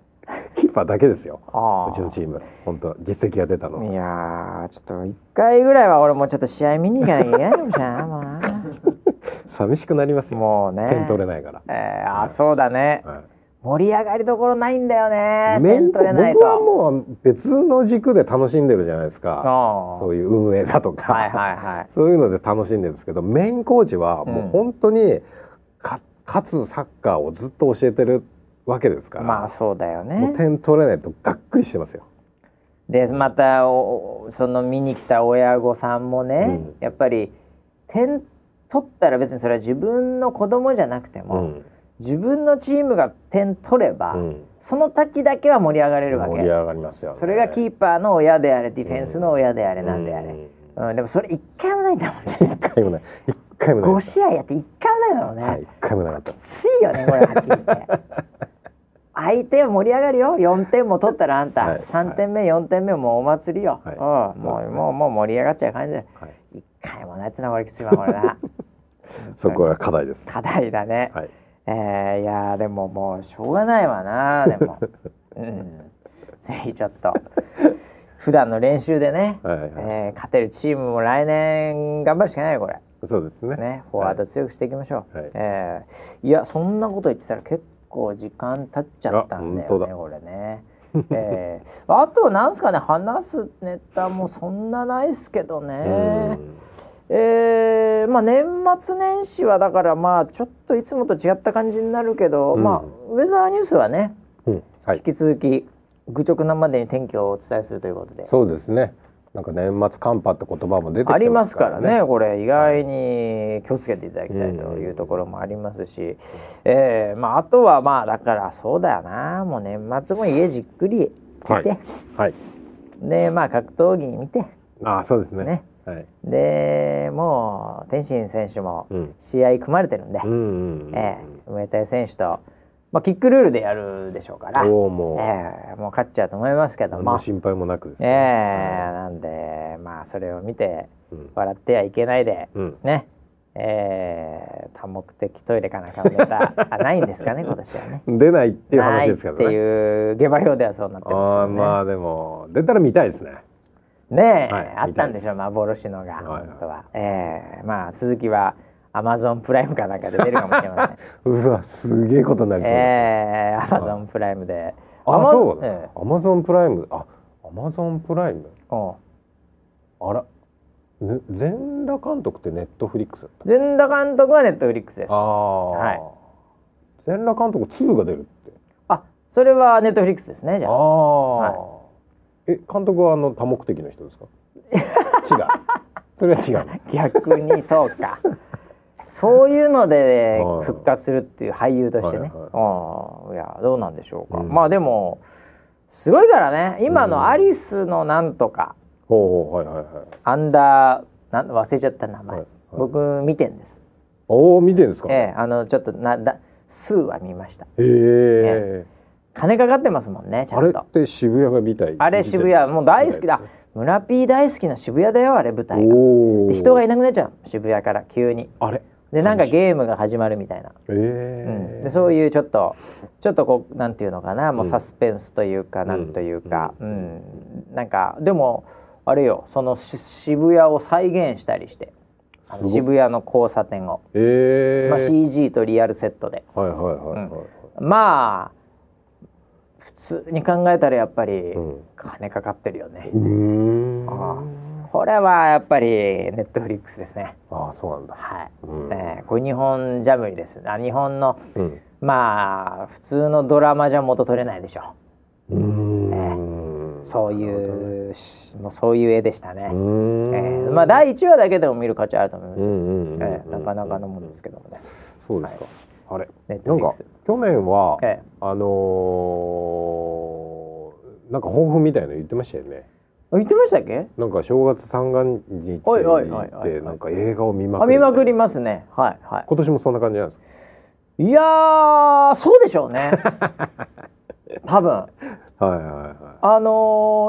Speaker 1: (laughs)
Speaker 2: キーパーだけですよ
Speaker 1: ああ
Speaker 2: うちのチーム本当実績が出たの
Speaker 1: いやーちょっと一回ぐらいは俺もちょっと試合見に行かなきゃいけないかもしれないなも
Speaker 2: (laughs) 寂しくなります
Speaker 1: うな
Speaker 2: よ
Speaker 1: もうね
Speaker 2: 点取れないから、
Speaker 1: えー、あそうだね
Speaker 2: はい
Speaker 1: 盛り上がりどころないんだよね
Speaker 2: メイ
Speaker 1: 点
Speaker 2: ン僕
Speaker 1: 取れない
Speaker 2: は
Speaker 1: と
Speaker 2: もう別の軸で楽しんでるじゃないですか
Speaker 1: あ
Speaker 2: そういう運営だと
Speaker 1: あ
Speaker 2: か、
Speaker 1: はいはいはい
Speaker 2: そういうので楽しんでるんですけどメインコーチはもう本当にか勝つサッカーをずっと教えてるわけですから、
Speaker 1: まあそうだよ
Speaker 2: もう
Speaker 1: ね
Speaker 2: 点取れないとがっくりしてますよ。
Speaker 1: でまたおその見に来た親御さんもね、
Speaker 2: うん
Speaker 1: やっぱり点取ったら別にそれは自分の子供じゃなくて
Speaker 2: う
Speaker 1: も、
Speaker 2: ん
Speaker 1: 自分のチームが点取れば、
Speaker 2: うん
Speaker 1: その時だけは盛り上がれるわ
Speaker 2: 盛り
Speaker 1: け
Speaker 2: 上がりますよね。
Speaker 1: それがキーパーの親であれディフェンスの親であれなんであれ、
Speaker 2: う
Speaker 1: うんんでもそれ一回もないんだもんね
Speaker 2: 一回もない一回もない
Speaker 1: 5試合やって一回もないんだもんね、
Speaker 2: はい一回もなかった
Speaker 1: きついよねこれはっきり言って
Speaker 2: (laughs)
Speaker 1: 相手は盛り上がるよ4点も取ったらあんた、
Speaker 2: はい
Speaker 1: 3点目4点目もうお祭りよ、
Speaker 2: はい
Speaker 1: うんも
Speaker 2: そう
Speaker 1: う
Speaker 2: ですね
Speaker 1: もうもう盛り上がっちゃう感じで
Speaker 2: はい
Speaker 1: 一回もないっつうのはこれきついわこれな
Speaker 2: そこが課題です。
Speaker 1: 課題だね、
Speaker 2: はい
Speaker 1: えーいやーでももうしょうがないわなで
Speaker 2: (laughs)
Speaker 1: もうんぜひちょっと普段の練習でね、
Speaker 2: はいはい
Speaker 1: えー勝てるチームも来年頑張るしかないよこれ
Speaker 2: そうですね。
Speaker 1: ね、フォワード強くしていきましょう。
Speaker 2: はい
Speaker 1: えーいや、そんなこと言ってたら、結構時間経っちゃったんだ
Speaker 2: あ
Speaker 1: よ
Speaker 2: 本当
Speaker 1: ね、
Speaker 2: だ
Speaker 1: これね。えー (laughs) あと、なんすかね、話すネタもそんなないっすけどね
Speaker 2: う。ん
Speaker 1: えーまあ、年末年始はだから、まあ、ちょっといつもと違った感じになるけど、
Speaker 2: うん
Speaker 1: まあ、ウェザーニュースはね、
Speaker 2: うんはい。
Speaker 1: 引き続き。愚直なまでに天気をお伝えするということで。
Speaker 2: そうですね。なんか年末寒波って言葉も出てきて
Speaker 1: ありますからね
Speaker 2: ね。
Speaker 1: これ意外に気をつけていただきたいというところもありますし、えーまあ、あとはまあだからそうだよなもう年末も家じっくりいて、
Speaker 2: はい。はい。
Speaker 1: でまあ格闘技見て
Speaker 2: ああそうですね。
Speaker 1: ね
Speaker 2: はい。
Speaker 1: でもう天心選手も
Speaker 2: うん。
Speaker 1: 試合組まれてるんで、
Speaker 2: うんうんうんうん。
Speaker 1: えー、梅田選手とまあ、キックルールでやるでしょうから、え
Speaker 2: おおも
Speaker 1: えもう勝っちゃうと思いますけ
Speaker 2: う
Speaker 1: ど
Speaker 2: 何
Speaker 1: も、
Speaker 2: の心配もなくです
Speaker 1: え
Speaker 2: ね。
Speaker 1: えなんでまあそれを見て
Speaker 2: うん
Speaker 1: 笑ってはいけないで
Speaker 2: うん
Speaker 1: ね、えー多目的トイレかなんかのネ
Speaker 2: (laughs)
Speaker 1: タあないんですかね今年はね。
Speaker 2: 出ないっていう話ですけ
Speaker 1: ない
Speaker 2: ど
Speaker 1: って
Speaker 2: ね。
Speaker 1: いう下馬評ではそうなってます
Speaker 2: ああ
Speaker 1: よ
Speaker 2: ー
Speaker 1: ね。
Speaker 2: まあでも出たら見たいですね。
Speaker 1: ねえ、
Speaker 2: はい
Speaker 1: あったんでしょう
Speaker 2: 見たいです
Speaker 1: 幻のが、
Speaker 2: はい
Speaker 1: 本当は。ええまあ鈴木はアマゾンプライムかなんかで出るかもしれま
Speaker 2: (laughs)
Speaker 1: せん。
Speaker 2: うわすげえことになりそうですね。
Speaker 1: ええアマゾンプライムで。
Speaker 2: あ
Speaker 1: アマ
Speaker 2: そう
Speaker 1: え
Speaker 2: だ。アマゾンプライムあアマゾンプライム
Speaker 1: えうん
Speaker 2: あらね全裸監督ってネットフリックスだった。
Speaker 1: 全裸監督はネットフリックスです。
Speaker 2: あ
Speaker 1: あ
Speaker 2: あ
Speaker 1: はい
Speaker 2: 全裸監督2が出るって。
Speaker 1: それはネットフリックスですね。じゃ
Speaker 2: あ
Speaker 1: あ。
Speaker 2: あ、え監督はあの多目的の
Speaker 1: (laughs)
Speaker 2: 人ですか違うそれは違うの
Speaker 1: 逆にそうか。そういうので
Speaker 2: はい
Speaker 1: 復活するっていう俳優としてね。
Speaker 2: は
Speaker 1: う
Speaker 2: い
Speaker 1: んいやどうなんでしょうか。
Speaker 2: うん
Speaker 1: まあでもすごいからね。今のアリスのなんとか、
Speaker 2: ほうほうはいはいはい
Speaker 1: アンダーなん忘れちゃった名前。
Speaker 2: はいはい
Speaker 1: 僕見てんです。
Speaker 2: おお見てるんですか
Speaker 1: ええあのちょっとなだ数は見ました。
Speaker 2: へえ
Speaker 1: 金かかってますもんねちゃ
Speaker 2: あれ
Speaker 1: ん
Speaker 2: っ
Speaker 1: と。
Speaker 2: て渋谷が見たい
Speaker 1: あれ渋谷もう大好きだ。村 P 大好きな渋谷だよあれ舞台が。
Speaker 2: おお
Speaker 1: で人がいなくなっちゃう渋谷から急に
Speaker 2: あれ
Speaker 1: でなんか
Speaker 2: 寂しい
Speaker 1: ゲームが始まるみたいな、
Speaker 2: ええ
Speaker 1: うんでそう
Speaker 2: う
Speaker 1: いうちょっとちょっとこうなんていうのかなもううんサスペンスというか、
Speaker 2: ん
Speaker 1: なんというか、う
Speaker 2: うんん
Speaker 1: なんかでもあれよそのし渋谷を再現したりしてあの
Speaker 2: すごい
Speaker 1: 渋谷の交差点を、
Speaker 2: ええ
Speaker 1: まあ、CG とリアルセットで
Speaker 2: はいはいはいはい
Speaker 1: まあ普通に考えたらやっぱり
Speaker 2: うん
Speaker 1: 金かかってるよね、
Speaker 2: うん
Speaker 1: あこれはやっぱりネットフリックスですね
Speaker 2: ああそうなんだ
Speaker 1: はい。
Speaker 2: うん
Speaker 1: えーこれ日本じゃ無理ですあ日本の
Speaker 2: うん
Speaker 1: まあ普通のドラマじゃ元取れないでしょ
Speaker 2: うーん
Speaker 1: そう
Speaker 2: なるほどね
Speaker 1: いう、しもうそういう絵でしたね
Speaker 2: う、ーん
Speaker 1: えーまあ第1話だけでも見る価値あると思います、
Speaker 2: うんうんうんうん
Speaker 1: えーなかなかのものですけどもね
Speaker 2: そうですか、あれ
Speaker 1: ネッ
Speaker 2: な
Speaker 1: ト
Speaker 2: ん
Speaker 1: フリッ
Speaker 2: か
Speaker 1: クス
Speaker 2: 去年は、
Speaker 1: え
Speaker 2: あのーなんか抱負みたいの言ってましたよ
Speaker 1: え
Speaker 2: ね
Speaker 1: 言ってましたっけ
Speaker 2: なんか正月三が日に
Speaker 1: はいはいはい
Speaker 2: 行っ
Speaker 1: はいは
Speaker 2: て
Speaker 1: い
Speaker 2: なんか映画を見ま
Speaker 1: あ
Speaker 2: くる
Speaker 1: 見まくりますねはいは
Speaker 2: 今年もそんな感じなんですか
Speaker 1: いいやーそうでしょう
Speaker 2: (laughs)
Speaker 1: ね多分
Speaker 2: はいはいは
Speaker 1: あの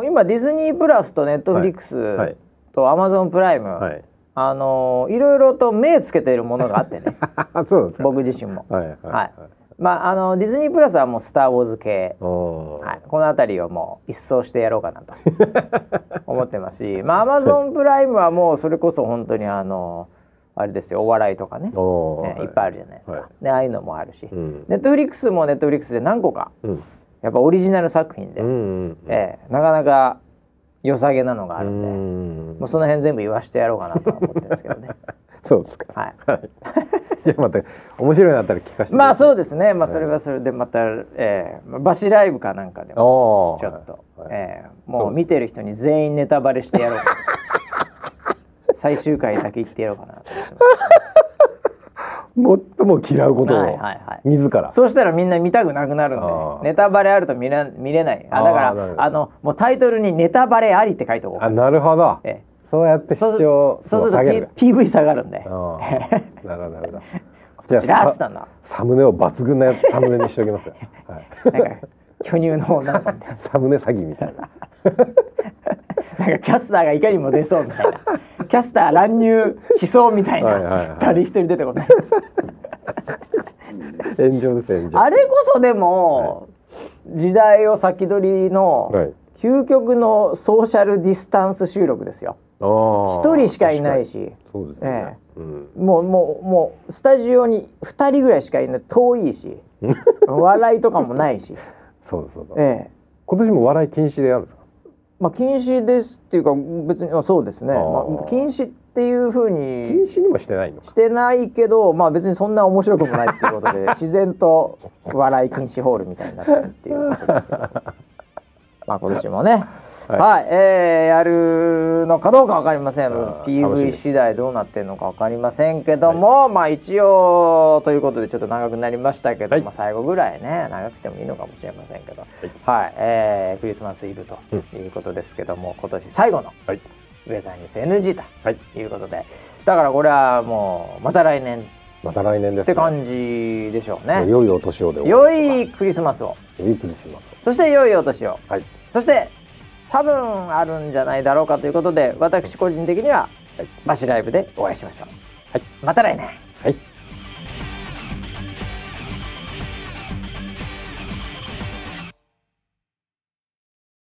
Speaker 1: ー今ディズニープラスとネットフリック
Speaker 2: いはい
Speaker 1: スとアマゾンプライム、
Speaker 2: はい
Speaker 1: あのーいろいろと目つけてるものがあって
Speaker 2: (laughs)
Speaker 1: ね
Speaker 2: あそうなんですか
Speaker 1: 僕自身も。
Speaker 2: はいはい
Speaker 1: はいまああのディズニープラスはもう「スター・ウォーズ系」
Speaker 2: おー
Speaker 1: はい、この辺りをもう一掃してやろうかな
Speaker 2: (laughs)
Speaker 1: と思ってますしまあアマゾンプライムはもうそれこそ本当にあのあれですよお笑いとかね
Speaker 2: おー
Speaker 1: ね
Speaker 2: はい
Speaker 1: いっぱいあるじゃないですか、
Speaker 2: はい
Speaker 1: ねああいうのもあるし、
Speaker 2: うん
Speaker 1: ネットフリックスもネットフリックスで何個か
Speaker 2: うん
Speaker 1: やっぱオリジナル作品で、
Speaker 2: うんうん
Speaker 1: ええなかなか良さげなのがあ
Speaker 2: う
Speaker 1: るんで、
Speaker 2: ん
Speaker 1: もうその辺全部言わしてやろうかなとは思ってるんですけど
Speaker 2: (laughs)
Speaker 1: ね
Speaker 2: そう
Speaker 1: (laughs)
Speaker 2: ですか
Speaker 1: はい。
Speaker 2: じゃあまた面白いのあったら聞かせてください
Speaker 1: まあそうですね、まあ、それはそれでまた、えー、バシライブかなんかでも
Speaker 2: おー
Speaker 1: ちょっと、
Speaker 2: はい
Speaker 1: えー
Speaker 2: そ
Speaker 1: も
Speaker 2: うで
Speaker 1: う
Speaker 2: す
Speaker 1: 見てる人に全員ネタバレしてやろうか
Speaker 2: (laughs)
Speaker 1: な最終回だけ言ってやろうかなと思ってま
Speaker 2: 最も嫌うこと
Speaker 1: すはいは
Speaker 2: を
Speaker 1: いはい
Speaker 2: 自ら
Speaker 1: そうしたらみんな見たくなくなるんで
Speaker 2: あー
Speaker 1: ネタバレあると見ら見れないあだか
Speaker 2: あーなる
Speaker 1: ら
Speaker 2: ほど
Speaker 1: あのもうタイトルに「ネタバレあり」って書いておこう
Speaker 2: あなるほど、
Speaker 1: ええ
Speaker 2: そうやって主張
Speaker 1: そうす
Speaker 2: 下げ
Speaker 1: る
Speaker 2: る
Speaker 1: と、P、v 下がるんで (laughs)
Speaker 2: あーなるほどなるほどじゃあ
Speaker 1: 知らせた
Speaker 2: サ
Speaker 1: んだ
Speaker 2: サムネを抜群なやつサムネにしておきま
Speaker 1: (laughs)
Speaker 2: すよ、はい、
Speaker 1: なんか巨乳の女の子みたい
Speaker 2: サムネ詐欺みたいな
Speaker 1: ななんかキャスターがいかにも出そうみたいなキャスター乱入しそうみたいな
Speaker 2: はいはいはい
Speaker 1: 誰一人出てこない
Speaker 2: 炎上です炎上
Speaker 1: あれこそでも、時代を先取りの、
Speaker 2: はい
Speaker 1: 究極のソーシャルディスタンス収録ですよ。
Speaker 2: 一
Speaker 1: 一人しかいないし、
Speaker 2: そうですね、
Speaker 1: え
Speaker 2: うん
Speaker 1: もうもうもうスタジオに二人ぐらいしかいない、遠い
Speaker 2: (laughs)
Speaker 1: し、笑いとかもないし、
Speaker 2: そうですそうです、
Speaker 1: ええ、
Speaker 2: 今年も笑い禁止でやるんですか
Speaker 1: まあ禁止ですっていうか別にあそうですね。
Speaker 2: あ
Speaker 1: ま
Speaker 2: ー
Speaker 1: あ、禁止っていうふう
Speaker 2: 禁
Speaker 1: に
Speaker 2: 止にもしてないのか
Speaker 1: してないけど、まあ別にそんな面白くもないっていうこと
Speaker 2: (laughs)
Speaker 1: で自然と笑い禁止ホールみたいになってるっていうことですけどまあ今年もねはい、えーやるのかどうかわかりません
Speaker 2: あー楽しみ
Speaker 1: PV
Speaker 2: です
Speaker 1: 次第どうなってるのかわかりませんけども、まあ一応ということでちょっと長くなりましたけど、
Speaker 2: はい
Speaker 1: まあ最後ぐらいね長くてもいいのかもしれませんけどはい、えークリスマスイブということですけども、今年最後の
Speaker 2: はい
Speaker 1: ウェザーニュース NG と
Speaker 2: はい
Speaker 1: ということでだからこれはもうまた来年
Speaker 2: また来年です、ね、
Speaker 1: って感じでしょうね。
Speaker 2: 良いお年をで
Speaker 1: 良いクリスマスを
Speaker 2: 良いクリスマス
Speaker 1: そして良いお年を
Speaker 2: をはい
Speaker 1: そして多分あるんじゃないだろうかということで私個人的にはバシライブでお会いしましょう。
Speaker 2: はい
Speaker 1: また来年
Speaker 2: はい